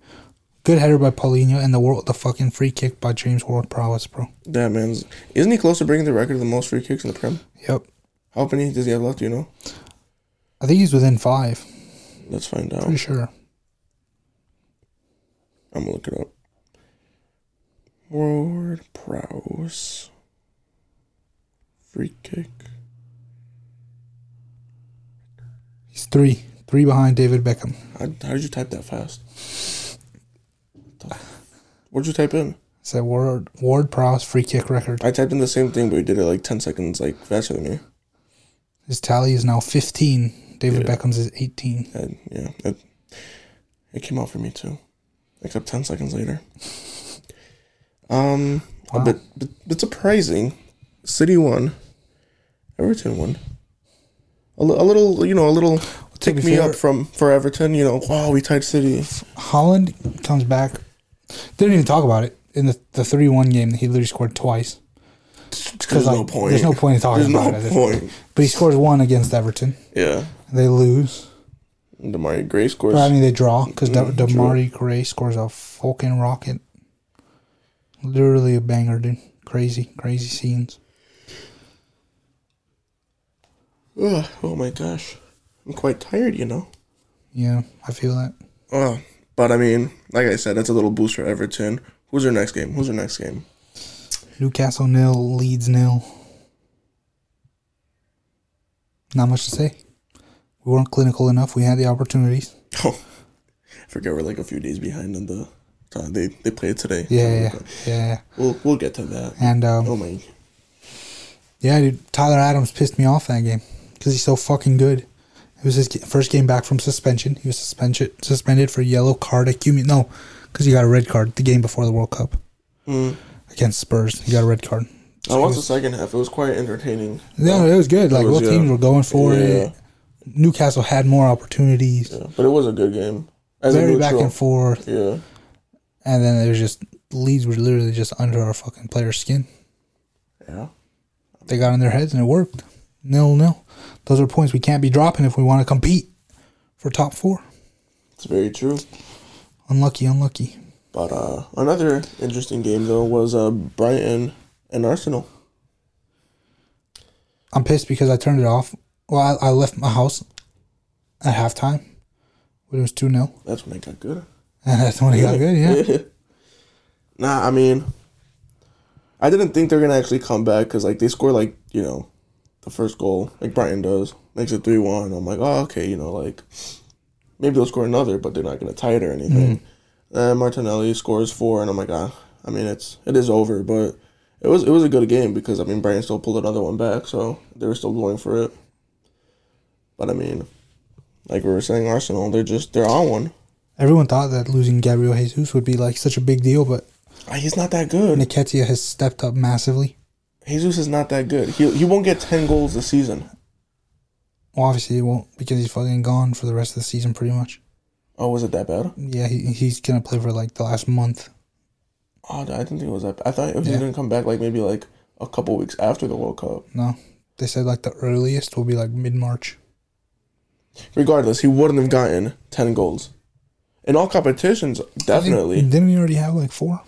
Good header by Paulinho and the world, the fucking free kick by James Ward Prowess, bro.
That man's isn't he close to breaking the record of the most free kicks in the Prem?
Yep.
How many does he have left? Do you know?
I think he's within five.
Let's find out.
Pretty sure.
I'm gonna look it up. Ward Prowse. Free kick.
He's three. Three behind David Beckham.
How, how did you type that fast? The- What'd you type in?
said Ward Ward Prowse free kick record.
I typed in the same thing, but you did it like 10 seconds like faster than me.
His tally is now 15. David
Yeah.
Beckham's is 18.
And, yeah, it, it came out for me too, except 10 seconds later. Um,
Wow.
but, but but surprising, City won, Everton won. A, li- a little, you know, a little
To
tick
be
me
fair-
up from for Everton. You know, wow, we tied City.
Holland comes back. Didn't even talk about it in the the three one game. He literally scored twice.
There's
like,
no point.
There's no point in talking
There's no
about it.
point.
But he scores one against Everton.
Yeah,
They lose.
Damari Gray scores.
Or, I mean, they draw because
Mm, true.
Damari Gray scores a fucking rocket. Literally a banger, dude. Crazy, crazy scenes.
Ugh, oh my gosh, I'm quite tired. You know.
Yeah, I feel that.
Uh, but I mean, like I said, that's a little boost for Everton. Who's their next game? Who's their next game?
Newcastle nil, Leeds nil. Not much to say. We weren't clinical enough. We had the opportunities.
Oh, I forget we're like a few days behind on the time they they played today.
Yeah, yeah, yeah.
We'll we'll get to that.
And um,
Oh my,
Yeah, dude. Tyler Adams pissed me off that game because he's so fucking good. It was his ga- first game back from suspension. He was suspended suspended for yellow card accumulate. No, because he got a red card the game before the World Cup
Mm.
against Spurs. He got a red card.
I watched the second half. It was quite entertaining.
Yeah, it Oh, was good. Like
was,
both teams
yeah.
were going for
Yeah.
it. Newcastle had more opportunities.
Yeah, but it was a good game. As a
Very back
neutral,
and forth,
yeah.
and then there's just Leeds were literally just under our fucking player's skin.
Yeah.
They got in their heads and it worked. Nil nil. Those are points we can't be dropping if we want to compete for top four.
It's very true.
Unlucky, unlucky.
But uh, another interesting game though was uh, Brighton and Arsenal.
I'm pissed because I turned it off. Well, I, I left my house at halftime when it was 2 0.
That's when it got good.
And that's when it got good, yeah.
nah, I mean, I didn't think they're gonna actually come back because like they score like you know, the first goal like Brighton does makes it three one. I'm like, oh okay, you know like maybe they'll score another, but they're not gonna tie it or anything.
Mm-hmm.
Then Martinelli scores four, and I'm like, ah, I mean it's it is over, but it was it was a good game because I mean Brighton still pulled another one back, so they were still going for it. But I mean, like we were saying, Arsenal they're just they're on one.
Everyone thought that losing Gabriel Jesus would be like such a big deal, but
Ah, He's not that good.
Niketia has stepped up massively.
Jesus is not that good. He he won't get ten goals this season.
Well, obviously he won't because he's fucking gone for the rest of the season pretty much.
Oh, was it that bad?
Yeah, he, he's going to play for like the last month.
Oh, I didn't think it was that. Bad. I thought it was
Yeah.
going to come back like maybe like a couple weeks after the World Cup.
No. They said like the earliest will be like mid March.
Regardless, he wouldn't have gotten ten goals in all competitions. Definitely,
Didn't he already have like four?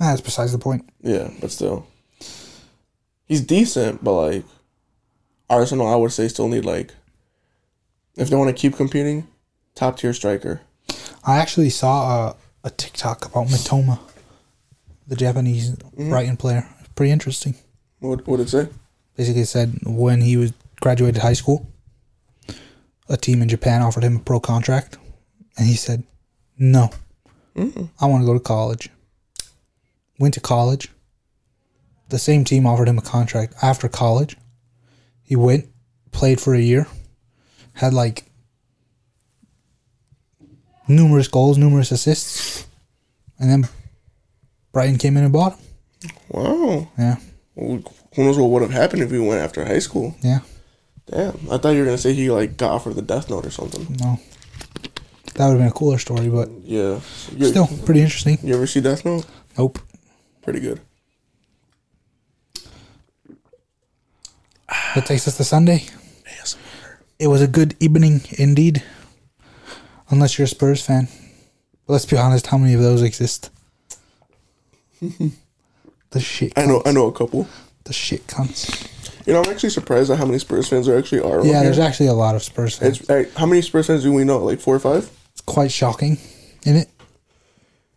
Ah, That's besides the point.
yeah, but still, he's decent. But like Arsenal, I would say still need like if they want to keep competing, top tier striker.
I actually saw a, a TikTok about Matoma, the Japanese Brighton player. Pretty interesting.
What what it say?
Basically, it said when he was graduated high school, a team in Japan offered him a pro contract, and he said, "No, I want to go to college." Went to college. The same team offered him a contract after college. He went, played for a year, had like numerous goals, numerous assists, and then Brighton came in and bought him.
Wow,
Yeah,
who knows what would have happened if he went after high school?
yeah.
Damn, I thought you were gonna say he like got offered the death note or something.
No. That would have been a cooler story, but
Yeah. You,
still pretty interesting.
You ever see Death Note?
Nope.
Pretty good.
That takes us to Sunday.
Yes.
It was a good evening indeed. Unless you're a Spurs fan. But let's be honest, how many of those exist? the shit
I
cunts.
know. I know a couple.
The shit cunts.
You know, I'm actually surprised at how many Spurs fans there actually are. around
Yeah,
here.
there's actually a lot of Spurs fans. It's,
It's like, how many Spurs fans do we know? Like four or five.
quite shocking, isn't it?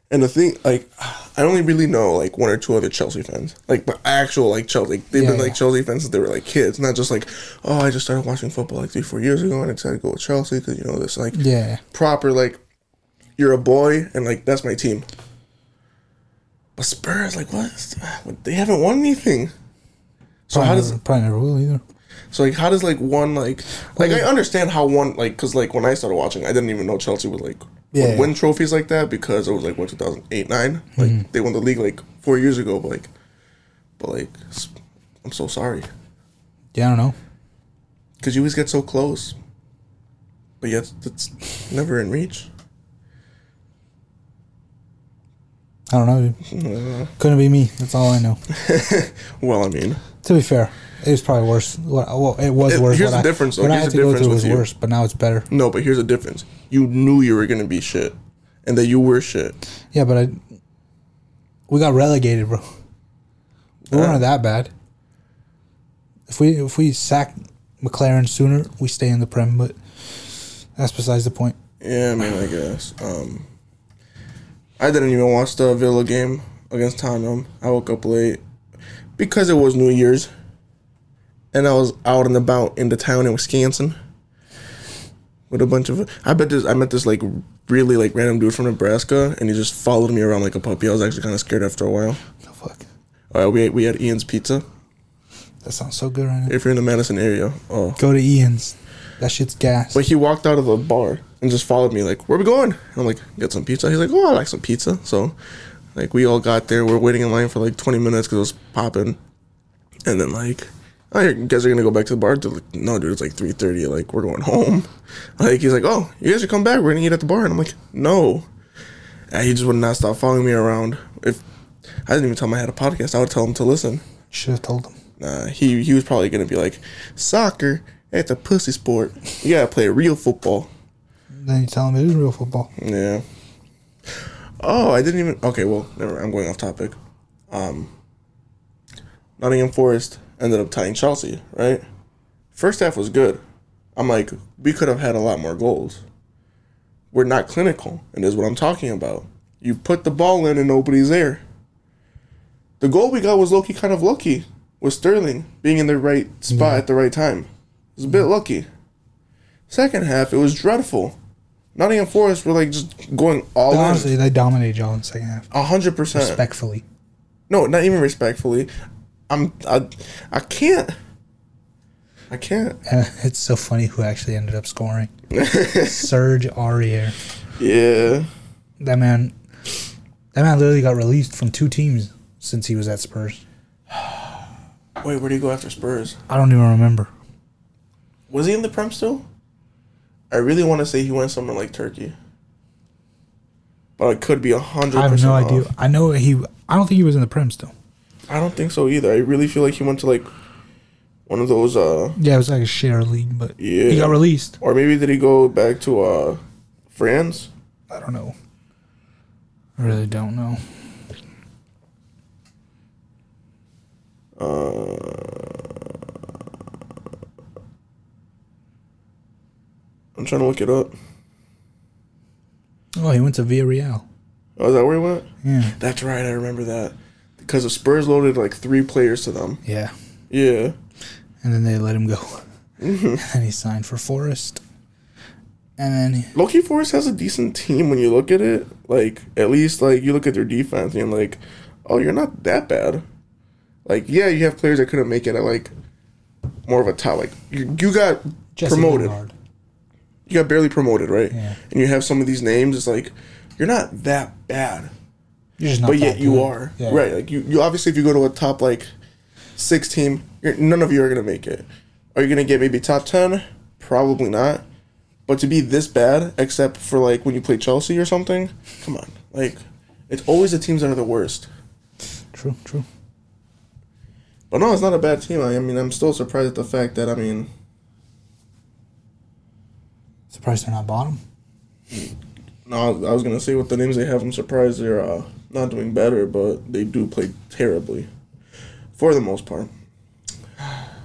And the thing, like, I only really know like one or two other Chelsea fans. Like, but actual like Chelsea, like, they've
Yeah,
been
yeah.
like Chelsea fans since they were like kids, not just like, oh, I just started watching football like three, four years ago, and I decided to go with Chelsea because you know this like
Yeah.
proper like, you're a boy and like that's my team. But Spurs, like, what? is- They haven't won anything. So
probably,
how does
never, probably never will either.
so like how does like one like like I understand how one like because like when I started watching I didn't even know Chelsea would like would
Yeah.
win trophies like that because it was like what 2008 nine like they won the league like four years ago but like but like s- I'm so sorry
Yeah, I don't know.
because you always get so close but yet it's never in reach
I don't know. Dude. Couldn't be me. That's all I know.
well I mean
To be fair, it was probably worse. What- Well, it was
It-
worse.
here's
what
the
I-
difference, though.
What I
Here's
had
the
to go through
difference
was
with you.
worse, but now it's better.
no but here's the difference you knew you were gonna be shit and that you were shit
Yeah, but I we got relegated, bro. We
Yeah.
weren't that bad. If we if we sack McLaren sooner, we stay in the prem. But that's besides the point.
Yeah, I mean, I guess. Um, I didn't even watch the Villa game against Tottenham. I woke up late because it was New Year's, and I was out and about in the town in Wisconsin with a bunch of. I bet this. I met this like really like random dude from Nebraska, and he just followed me around like a puppy. I was actually kind of scared after a while.
The fuck.
All right, we ate, we had Ian's Pizza.
That sounds so good right now.
If you're in the Madison area, oh.
Go to Ian's. That shit's gas.
But he walked out of the bar and just followed me, like, where we going? And I'm like, get some pizza. He's like, oh, I like some pizza. So, like, we all got there. We're waiting in line for like 20 minutes because it was popping. And then, like, oh, you guys are going to go back to the bar? Dude, like, no, dude, it's like 3.30. Like, we're going home. Like, he's like, oh, you guys should come back. We're going to eat at the bar. And I'm like, no. And he just would not stop following me around. If I didn't even tell him I had a podcast, I would tell him to listen.
Should have told him.
Nah, he he was probably gonna be like, soccer, it's a pussy sport. You gotta play real football.
Then you tell him it is real football.
Yeah. Oh, I didn't even. Okay, well, never. Mind, I'm going off topic. Um, Nottingham Forest ended up tying Chelsea. Right. First half was good. I'm like, we could have had a lot more goals. We're not clinical, and is what I'm talking about. You put the ball in, and nobody's there. The goal we got was Loki kind of lucky with Sterling being in the right spot at the right time. It was a bit lucky. Second half, it was dreadful. Nottingham Forest were like just going all
Honestly, they dominated y'all in the second half.
in, a hundred percent.
Respectfully.
No, not even respectfully. I'm I, I can't. I can't.
it's so funny who actually ended up scoring. Serge Aurier.
Yeah.
That man, that man literally got released from two teams since he was at Spurs.
Wait, where do you go after Spurs?
I don't even remember.
Was he in the Prem still? I really want to say he went somewhere like Turkey, but I could be a hundred.
I have no
percent
idea.
off.
I know he. I don't think he was in the Prem still.
I don't think so either. I really feel like he went to like one of those. uh
Yeah, it was like a share league, but he
Yeah.
got released.
Or maybe did he go back to uh France?
I don't know. I really don't know.
Uh, I'm trying to look it up.
Oh, he went to Villarreal.
Oh, is that where he went?
Yeah.
That's right. I remember that because the Spurs loaded like three players to them.
Yeah.
Yeah.
And then they let him go.
Mm-hmm.
and he signed for Forest. And then he-
Loki Forest has a decent team when you look at it. Like at least like you look at their defense and you're like, oh, you're not that bad. Like yeah, you have players that couldn't make it at like more of a top. Like you, you got
Jesse
promoted.
Lingard.
You got barely promoted, right?
Yeah.
And you have some of these names. It's like you're not that bad,
You're just not
but
that
yet you
good.
are
Yeah.
right. Like you, you obviously if you go to a top like six team, you're, none of you are gonna make it. Are you gonna get maybe top ten? Probably not. But to be this bad, except for like when you play Chelsea or something, come on. Like, it's always the teams that are the worst.
True, true.
But no, it's not a bad team. I, I mean, I'm still surprised at the fact that I mean,
Surprised they're not bottom.
no, I was gonna say with the names they have, I'm surprised they're uh, not doing better. But they do play terribly, for the most part.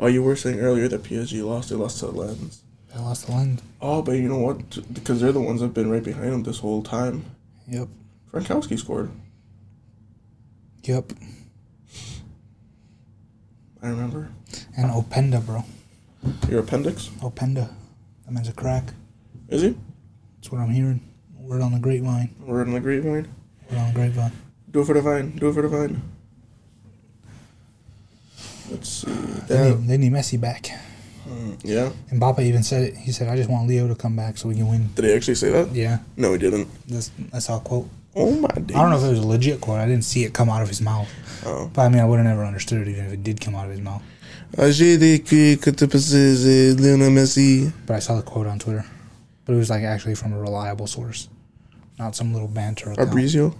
Oh, you were saying earlier that PSG lost. They lost to Lens.
They lost the land.
Oh, but you know what? Because they're the ones that've been right behind them this whole time.
Yep.
Frankowski scored.
Yep.
I remember.
And Openda, bro.
Your appendix?
Openda. That man's a crack.
Is he?
That's what I'm hearing. Word on the grapevine.
We're in the grapevine.
Word on the grapevine.
Do it for the vine. Do it for the vine. Let's see.
They,
That, hmm,
need, they need Messi back.
yeah.
And Bapa even said it. He said, "I just want Leo to come back so we can win."
Did he actually say that?
Yeah,
No, he didn't.
that's that's our quote.
Oh my days.
I don't know if it was a legit quote. I didn't see it come out of his mouth.
Oh.
But I mean, I would have never understood it even if it did come out of his mouth.
AGDQ que te precise, Lionel Messi.
But I saw the quote on Twitter. But it was like actually from a reliable source, not some little banter. account.
Fabrizio.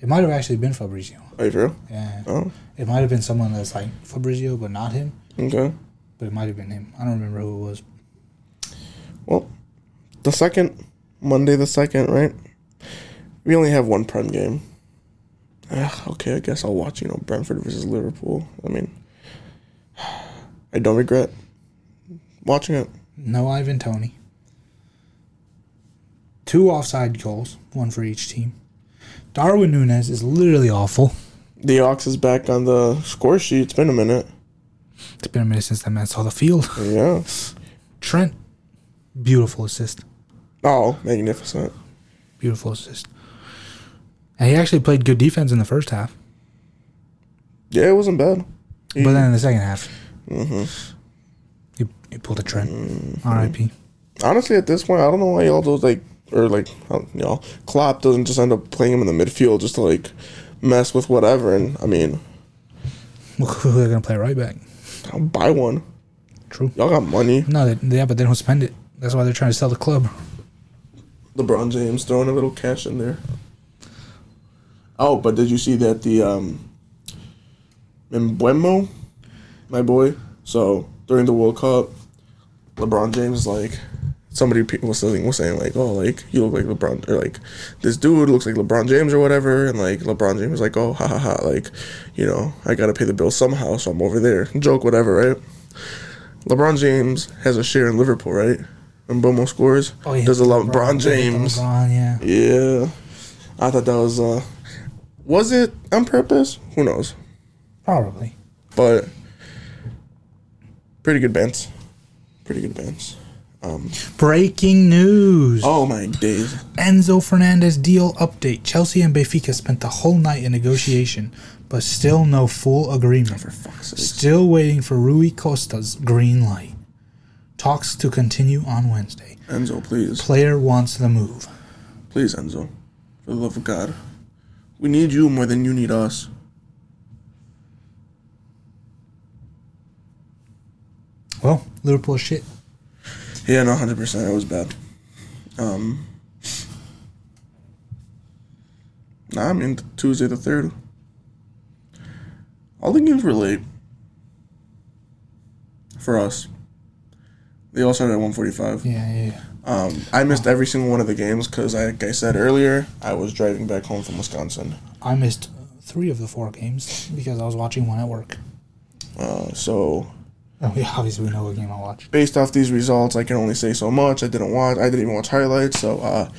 It might have actually been Fabrizio.
Are you for real?
Yeah,
Oh,
it might have been someone that's like Fabrizio, but not him.
okay.
But it might have been him. I don't remember who it was.
Well, the second, Monday the second, right? We only have one Prem game. Ugh, okay, I guess I'll watch, you know, Brentford versus Liverpool. I mean, I don't regret watching it.
No Ivan Tony. Two offside goals, one for each team. Darwin Nunez is literally awful.
The Ox is back on the score sheet. It's been a minute.
It's been a minute since that man saw the field.
Yeah.
Trent, beautiful assist.
Oh, magnificent.
Beautiful assist. And he actually played good defense in the first half,
Yeah, it wasn't bad. He-
but then in the second half,
Mhm.
he, he pulled a Trent. RIP.
honestly, at this point, I don't know why y'all those like or like y'all you know, Klopp doesn't just end up playing him in the midfield just to like mess with whatever. And I mean,
Look who they're going to play right back.
I'll buy one.
True.
Y'all got money.
No, they, yeah, but they don't spend it. That's why they're trying to sell the club.
LeBron James throwing a little cash in there. Oh, but did you see that the um Mbuemo, my boy? So during the World Cup, LeBron James is like somebody pe- was saying was saying like, oh, like you look like LeBron or like this dude looks like LeBron James or whatever, and like LeBron James was like, oh, ha ha ha, like you know I gotta pay the bill somehow, so I'm over there, joke whatever, right? LeBron James has a share in Liverpool, right? Mbuemo scores.
Oh, yeah.
Does a LeBron, James.
LeBron, yeah.
Yeah. I thought that was uh was it on purpose? Who knows?
Probably.
But pretty good bands. Pretty good bands. Um
Breaking news.
Oh my days.
Enzo Fernandez deal update. Chelsea and Benfica spent the whole night in negotiation, but still no full agreement.
For fuck's sake.
Still waiting for Rui Costa's green light. Talks to continue on Wednesday.
Enzo, please.
Player wants the move.
Please, Enzo. For the love of God. We need you more than you need us.
Well, Liverpool is shit.
Yeah, no, hundred percent. It was bad. Um Nah, I mean Tuesday the third. All the games were late. For us. They all started at one forty five.
Yeah, yeah, yeah.
Um, I missed every single one of the games because, like I said earlier, I was driving back home from Wisconsin.
I missed uh, three of the four games because I was watching one at work.
Uh, so,
Oh, yeah, obviously, we know what game I watched.
based off these results, I can only say so much. I didn't watch. I didn't even watch highlights. So, uh,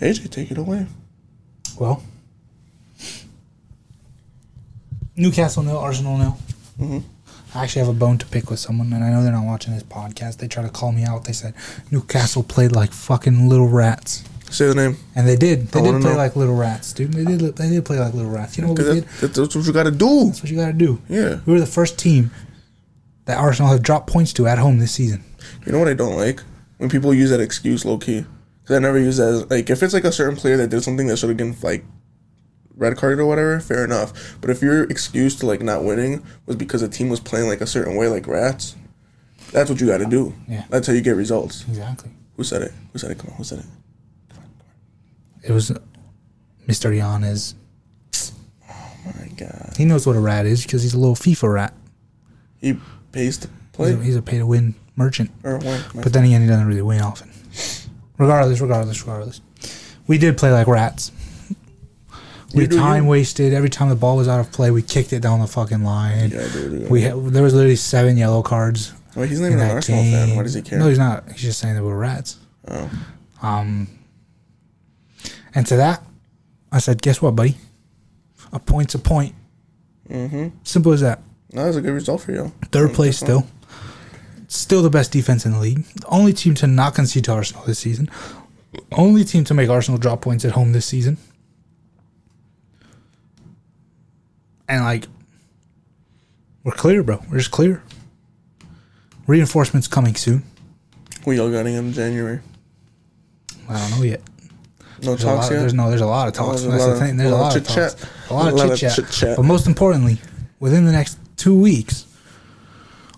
AJ, take it away.
Well, Newcastle nil, Arsenal nil.
Mhm.
I actually have a bone to pick with someone, and I know they're not watching this podcast. They try to call me out. They said Newcastle played like fucking little rats,
Say the name.
and they did. They
I
did
wanna
play
know.
like little rats, dude. They did. They did play like little rats. You know what we
'Cause
did?
that- that's what you got to do.
That's what you got to do.
Yeah.
We were the first team that Arsenal have dropped points to at home this season.
You know what I don't like? When people use that excuse low key. Because I never use that as, like, if it's like a certain player that did something that should have been, like, red carded or whatever, fair enough. But if your excuse to, like, not winning was because the team was playing, like, a certain way, like rats, that's what you got to do.
Yeah.
That's how you get results.
Exactly.
Who said it? Who said it? Come on, who said it?
It was Mr. Yanes.
Oh my God.
He knows what a rat is because he's a little FIFA rat.
He pays to
He's a,
play.
he's a pay-to-win merchant.
Or win.
But then again, he doesn't really win often. Regardless, regardless, regardless. We did play like rats. We
You do you.
time wasted. Every time the ball was out of play, we kicked it down the fucking line.
Yeah, dude. yeah.
We ha- there was literally seven yellow cards
Wait, he's not
in
even an
that
Arsenal
game.
fan. Why does he care?
No, he's not. He's just saying that we're rats.
oh.
Um, and to that, I said, "Guess what, buddy? A point's a point.
Mm-hmm.
Simple as that.
No, that's a good result for you.
Third place still. Still the best defense in the league. The only team to not concede to Arsenal this season. Only team to make Arsenal drop points at home this season. And like, we're clear, bro. We're just clear. Reinforcements coming soon.
Who y'all got in January?
I don't know yet.
No
There's, a lot
talks
of,
yet.
there's no, there's a lot of talks.
there's a
That's
lot
the
of-
thing. There's a lot of
chit-chat.
talks. A lot of chit
chit-chat.
chat. But most importantly, within the next two weeks,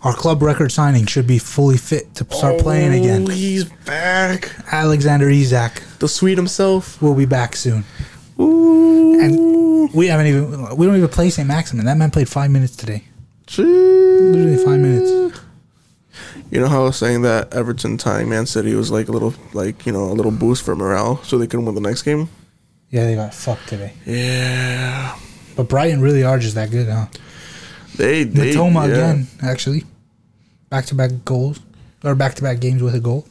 our club record signing should be fully fit to start playing again.
Oh, he's back.
Alexander Izak
The sweet himself.
will be back soon.
Ooh.
And we haven't even we don't even play St. Maximin. That man played five minutes today.
Literally
Literally five minutes.
You know how I was saying that Everton tying Man City was like a little, like you know, a little boost for morale, so they can win the next game.
Yeah, they got fucked today.
Yeah,
But Brighton really are just that good, huh?
they they
Matoma
yeah.
again, actually. Back to back goals. Or back to back games with a goal.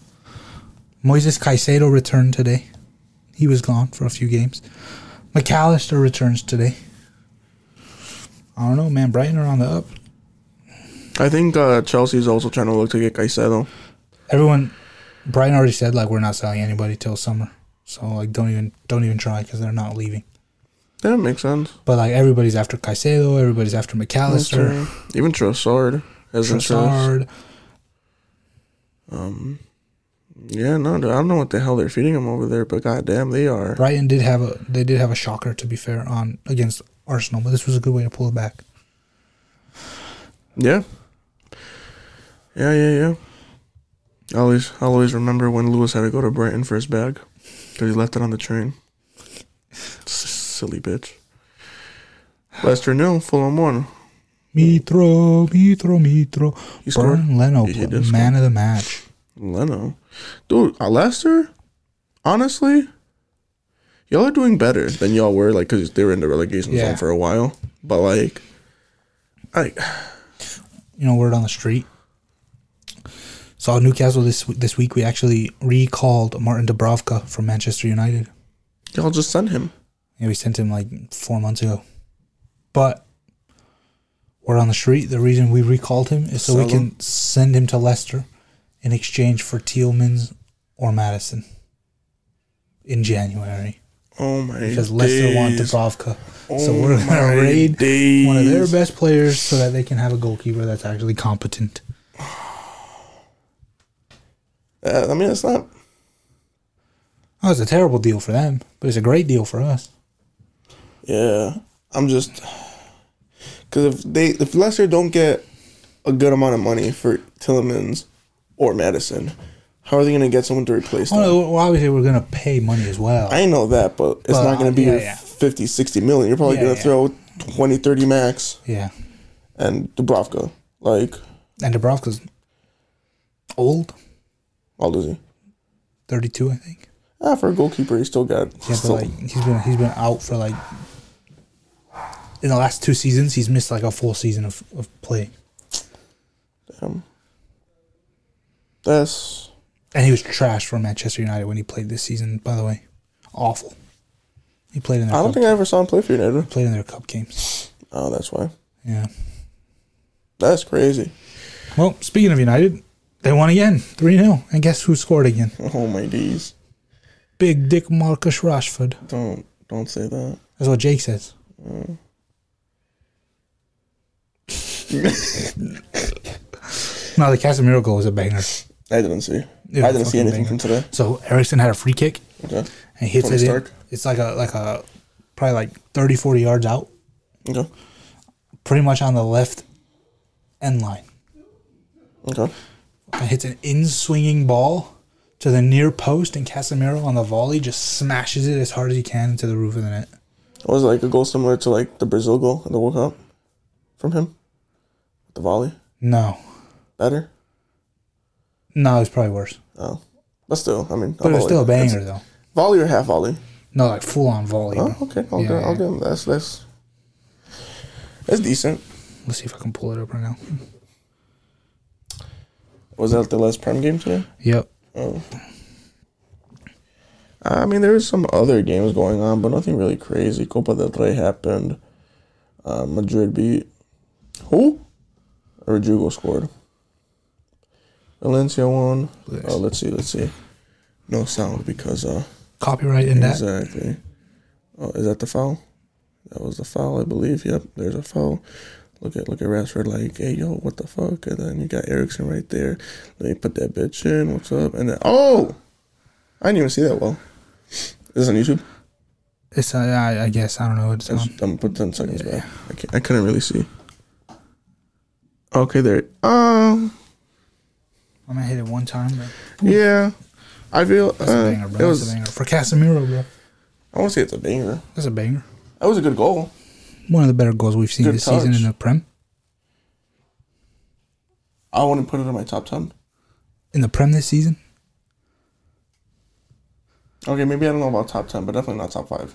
Moises Caicedo returned today. He was gone for a few games. McAllister returns today. I don't know, man. Brighton are on the up.
I think uh, Chelsea's also trying to look to get Caicedo.
Everyone, Brighton already said like we're not selling anybody till summer, so like don't even don't even try because they're not leaving.
That makes sense.
But like everybody's after Caicedo, everybody's after McAllister,
Even Trossard has interest.
Trossard.
Um, yeah, no, I don't know what the hell they're feeding him over there, but goddamn, they are.
Brighton did have a they did have a shocker to be fair on against Arsenal, but this was a good way to pull it back.
Yeah. Yeah, yeah, yeah. I always, I always remember when Lewis had to go to Brighton for his bag because he left it on the train. S- Silly bitch. Leicester nil, Fulham one.
Mitro, Mitro, Mitro.
He scored.
Burn Leno,
He did score.
man of the match.
Leno, dude, uh, Leicester. Honestly, y'all are doing better than y'all were, like, because they were in the relegation
Yeah.
zone for a while. But like, I
You know, word on the street. Saw Newcastle this this week. We actually recalled Martin Dubravka from Manchester United.
y'all just send him.
Yeah, we sent him like four months ago. But we're on the street. The reason we recalled him is so
Sell
we can send him to Leicester in exchange for Tealman's or Madison in January
Oh my!
because Leicester want
days.
Dubrovka. so
Oh
we're
my
gonna raid
days.
one of their best players so that they can have a goalkeeper that's actually competent.
Uh, I mean, it's not.
Oh, it's a terrible deal for them, but it's a great deal for us.
Yeah, I'm just because if they if Leicester don't get a good amount of money for Tillemans or Madison, how are they going to get someone to replace them?
Oh, no, well, obviously we're gonna pay money as well.
I know that, but it's
Well,
not going to be
yeah,
your
yeah.
50, 60 million. You're probably
Yeah,
going to
yeah.
throw 20, 30 max
yeah,
and Dubrovka. Like,
and Dubrovka's old,
how old is he?
thirty-two, I think.
Ah, for a goalkeeper, he still got.
Yeah, but
still,
like he's been he's been out for like in the last two seasons he's missed like a full season of, of play.
damn. That's
And he was trash for Manchester United when he played this season, by the way. Awful. He played in
I
their
don't
cup,
think I ever saw him play for United.
played in their cup games.
Oh, that's why.
Yeah.
That's crazy.
Well, speaking of United, they won again. 3-0. And guess who scored again?
Oh my D's.
Big Dick Marcus Rashford.
Don't don't say that.
That's what Jake says.
Mm.
no, the Casemiro goal was a banger.
I didn't see.
Yeah,
I didn't see
fucking
anything
banger.
from today.
So Erickson had a free kick
Okay.
and he hits
Tony
it. in.
Stark.
It's like a like a probably like 30, 40 yards out,
Okay.
pretty much on the left end line.
Okay.
And hits an in swinging ball to the near post, and Casemiro on the volley just smashes it as hard as he can into the roof of the net.
Was it like a goal similar to like the Brazil goal in the World Cup from him? The volley?
No,
Better?
no, it's probably worse,
Oh. But still, I mean,
but it's still a
That's-
banger though.
Volley or half volley?
No, like full on volley.
Oh,
bro.
okay. I'll,
Yeah,
give,
yeah.
I'll give him that's that's that's decent.
Let's see if I can pull it up right now.
Was that the last prem game today?
Yep.
Oh. I mean, there was some other games going on, but nothing really crazy. Copa del Rey happened. Uh, Madrid beat who? Rodrigo scored. Valencia won. Oh, let's see, let's see. No sound because uh
Copyright in that.
exactly. Oh, is that the foul? That was the foul, I believe. Yep, there's a foul. Look at look at Rashford like, hey yo, what the fuck? And then you got Erickson right there. Let me put that bitch in. What's up? And then oh, I didn't even see that well. Is this on YouTube?
It's, uh, I, I guess, I don't know what it's
That's-
on.
I'm gonna put ten seconds back. I can't, I couldn't really see. Okay, there. Um,
I'm going to hit it one time, bro.
yeah, I feel
That's
uh,
a banger, bro.
it
That's
was.
a banger. For Casemiro, bro.
I want to say it's a banger.
That's a banger.
That was a good goal.
One of the better goals we've seen
Good
this season
touch.
in the Prem.
I wouldn't put it in my top ten.
In the Prem this season?
Okay, maybe I don't know about top ten, but definitely not top five.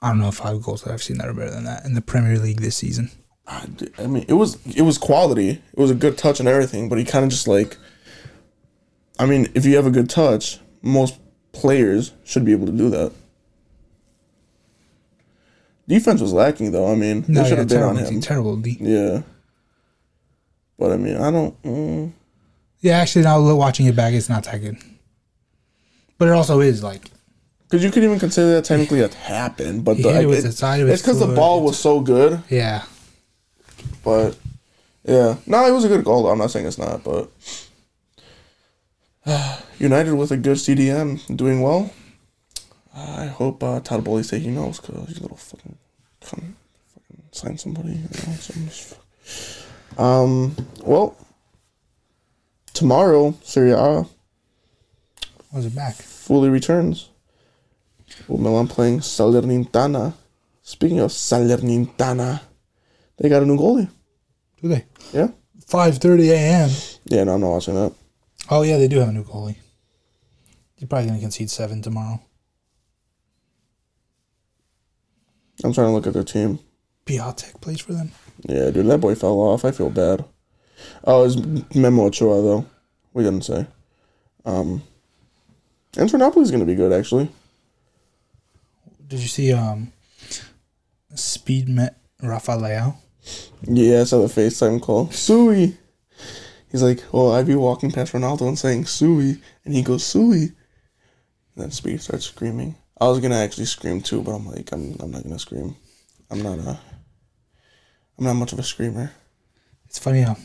I don't know five goals that I've seen that are better than that in the Premier League this season.
I Ah, d- I mean, it was it was quality. It was a good touch and everything, but he kind of just like. I mean, if you have a good touch, most players should be able to do that. Defense was lacking, though. I mean,
No,
they should
yeah,
have been on
terrible, D,
him.
terrible D.
yeah. But I mean, I don't. Mm,
Yeah, actually, now lo- watching it back, it's not that good. But it also is like
Because you could even consider that technically a tap in, but
He
the,
hit it with
it-
the side of
it's
his
because the
foot.
ball was so good.
yeah,
But yeah, no, it was a good goal. though. I'm not saying it's not, but United with a good CDM doing well. I hope uh, Todd Bowley's taking notes because you little fucking come fucking sign somebody. You know, some s- um. Well, tomorrow Serie A
was it back?
fully returns. With Milan playing Salernitana. Speaking of Salernitana, they got a new goalie.
Do they?
Yeah.
Five thirty a.m.
Yeah, no, I'm not watching that.
Oh yeah, they do have a new goalie. He's probably gonna concede seven tomorrow.
I'm trying to look at their team.
Piatek plays for them.
Yeah, dude, that boy fell off. I feel bad. Oh, it's Memo Ochoa though. We didn't say. Um, Internapoli's gonna be good actually.
Did you see um, Speed met Rafael?
Yeah, I saw the FaceTime call. Sui. He's like, well, I'd be walking past Ronaldo and saying Sui, and he goes Sui. And then Speed starts screaming. I was gonna actually scream too, but I'm like, I'm, I'm not gonna scream. I'm not a. I'm not much of a screamer.
It's funny how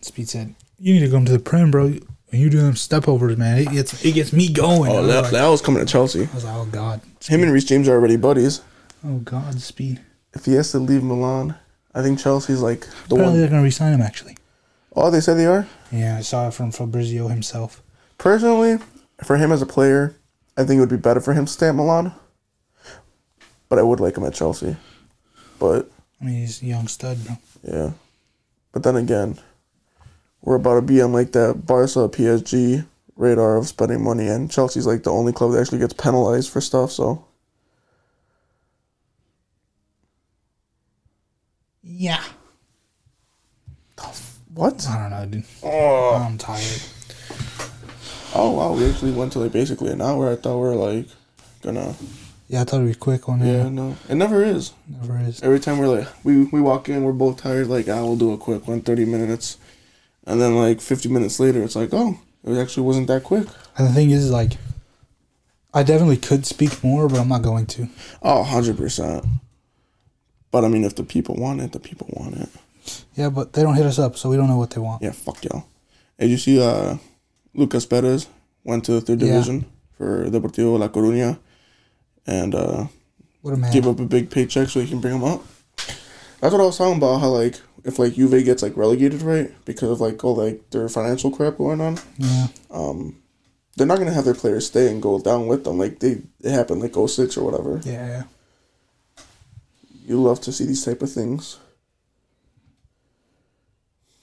Speed said, "You need to come to the prem, bro. And you do them step overs, man. It gets it gets me going." I,
Oh,
was
that,
like,
that was coming to Chelsea.
I was like, "Oh God,
Him and Reece James are already buddies.
oh God, Speed."
if he has to leave Milan, I think Chelsea's like the
Apparently,
one.
they're gonna resign him. Actually,
Oh, they said they are.
yeah, I saw it from Fabrizio himself.
Personally, for him as a player, I think it would be better for him to stay at Milan. But I would like him at Chelsea. But
I mean, he's a young stud, bro.
yeah. But then again, we're about to be on like that Barca PSG radar of spending money, and Chelsea's like the only club that actually gets penalized for stuff. So
Yeah.
what?
I don't know, dude. I'm tired.
Oh wow, we actually went to like basically an hour. I thought we were like gonna
Yeah, I thought it'd be a quick one.
yeah
Yeah,
no, it never is.
never is.
Every time we're like, we, we walk in, we're both tired. Like, I will do a quick one, 30 minutes. And then, like, 50 minutes later, it's like, oh, it actually wasn't that quick.
And the thing is, like, I definitely could speak more, but I'm not going to.
Oh, 100%. But I mean, if the people want it, the people want it.
Yeah, but they don't hit us up, so we don't know what they want.
Yeah, fuck y'all. Did you see uh, Lucas Perez went to the third
Yeah.
division for Deportivo La Coruña and uh,
What a man.
give up a big paycheck so he can bring him up? That's what I was talking about. How, like, if, like, Juve gets, like, relegated, right? Because of, like, all, like, their financial crap going on.
yeah.
they're not gonna have their players stay and go down with them. Like they it happened like 06 or whatever.
yeah, yeah.
You love to see these type of things.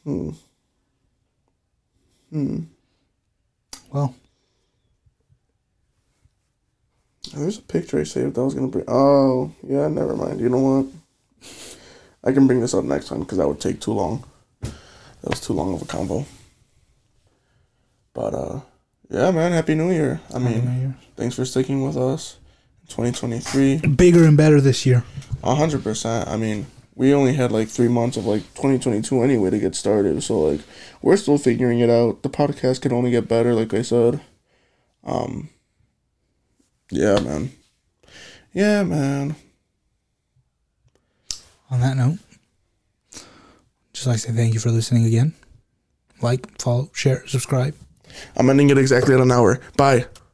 Hmm. Hmm.
Well,
There's a picture I saved that I was gonna bring. Oh yeah, never mind. You know what? I can bring this up next time because that would take too long. That was too long of a combo. But uh, yeah, man. Happy New Year. I mean, thanks for sticking with us. 2023.
bigger and better this year.
A hundred percent. I mean, we only had like three months of like 2022 anyway to get started, so like we're still figuring it out. The podcast can only get better, like I said. Um. Yeah, man. Yeah, man.
on that note, just like to say thank you for listening again. Like, follow, share, subscribe.
I'm ending it exactly at an hour. Bye.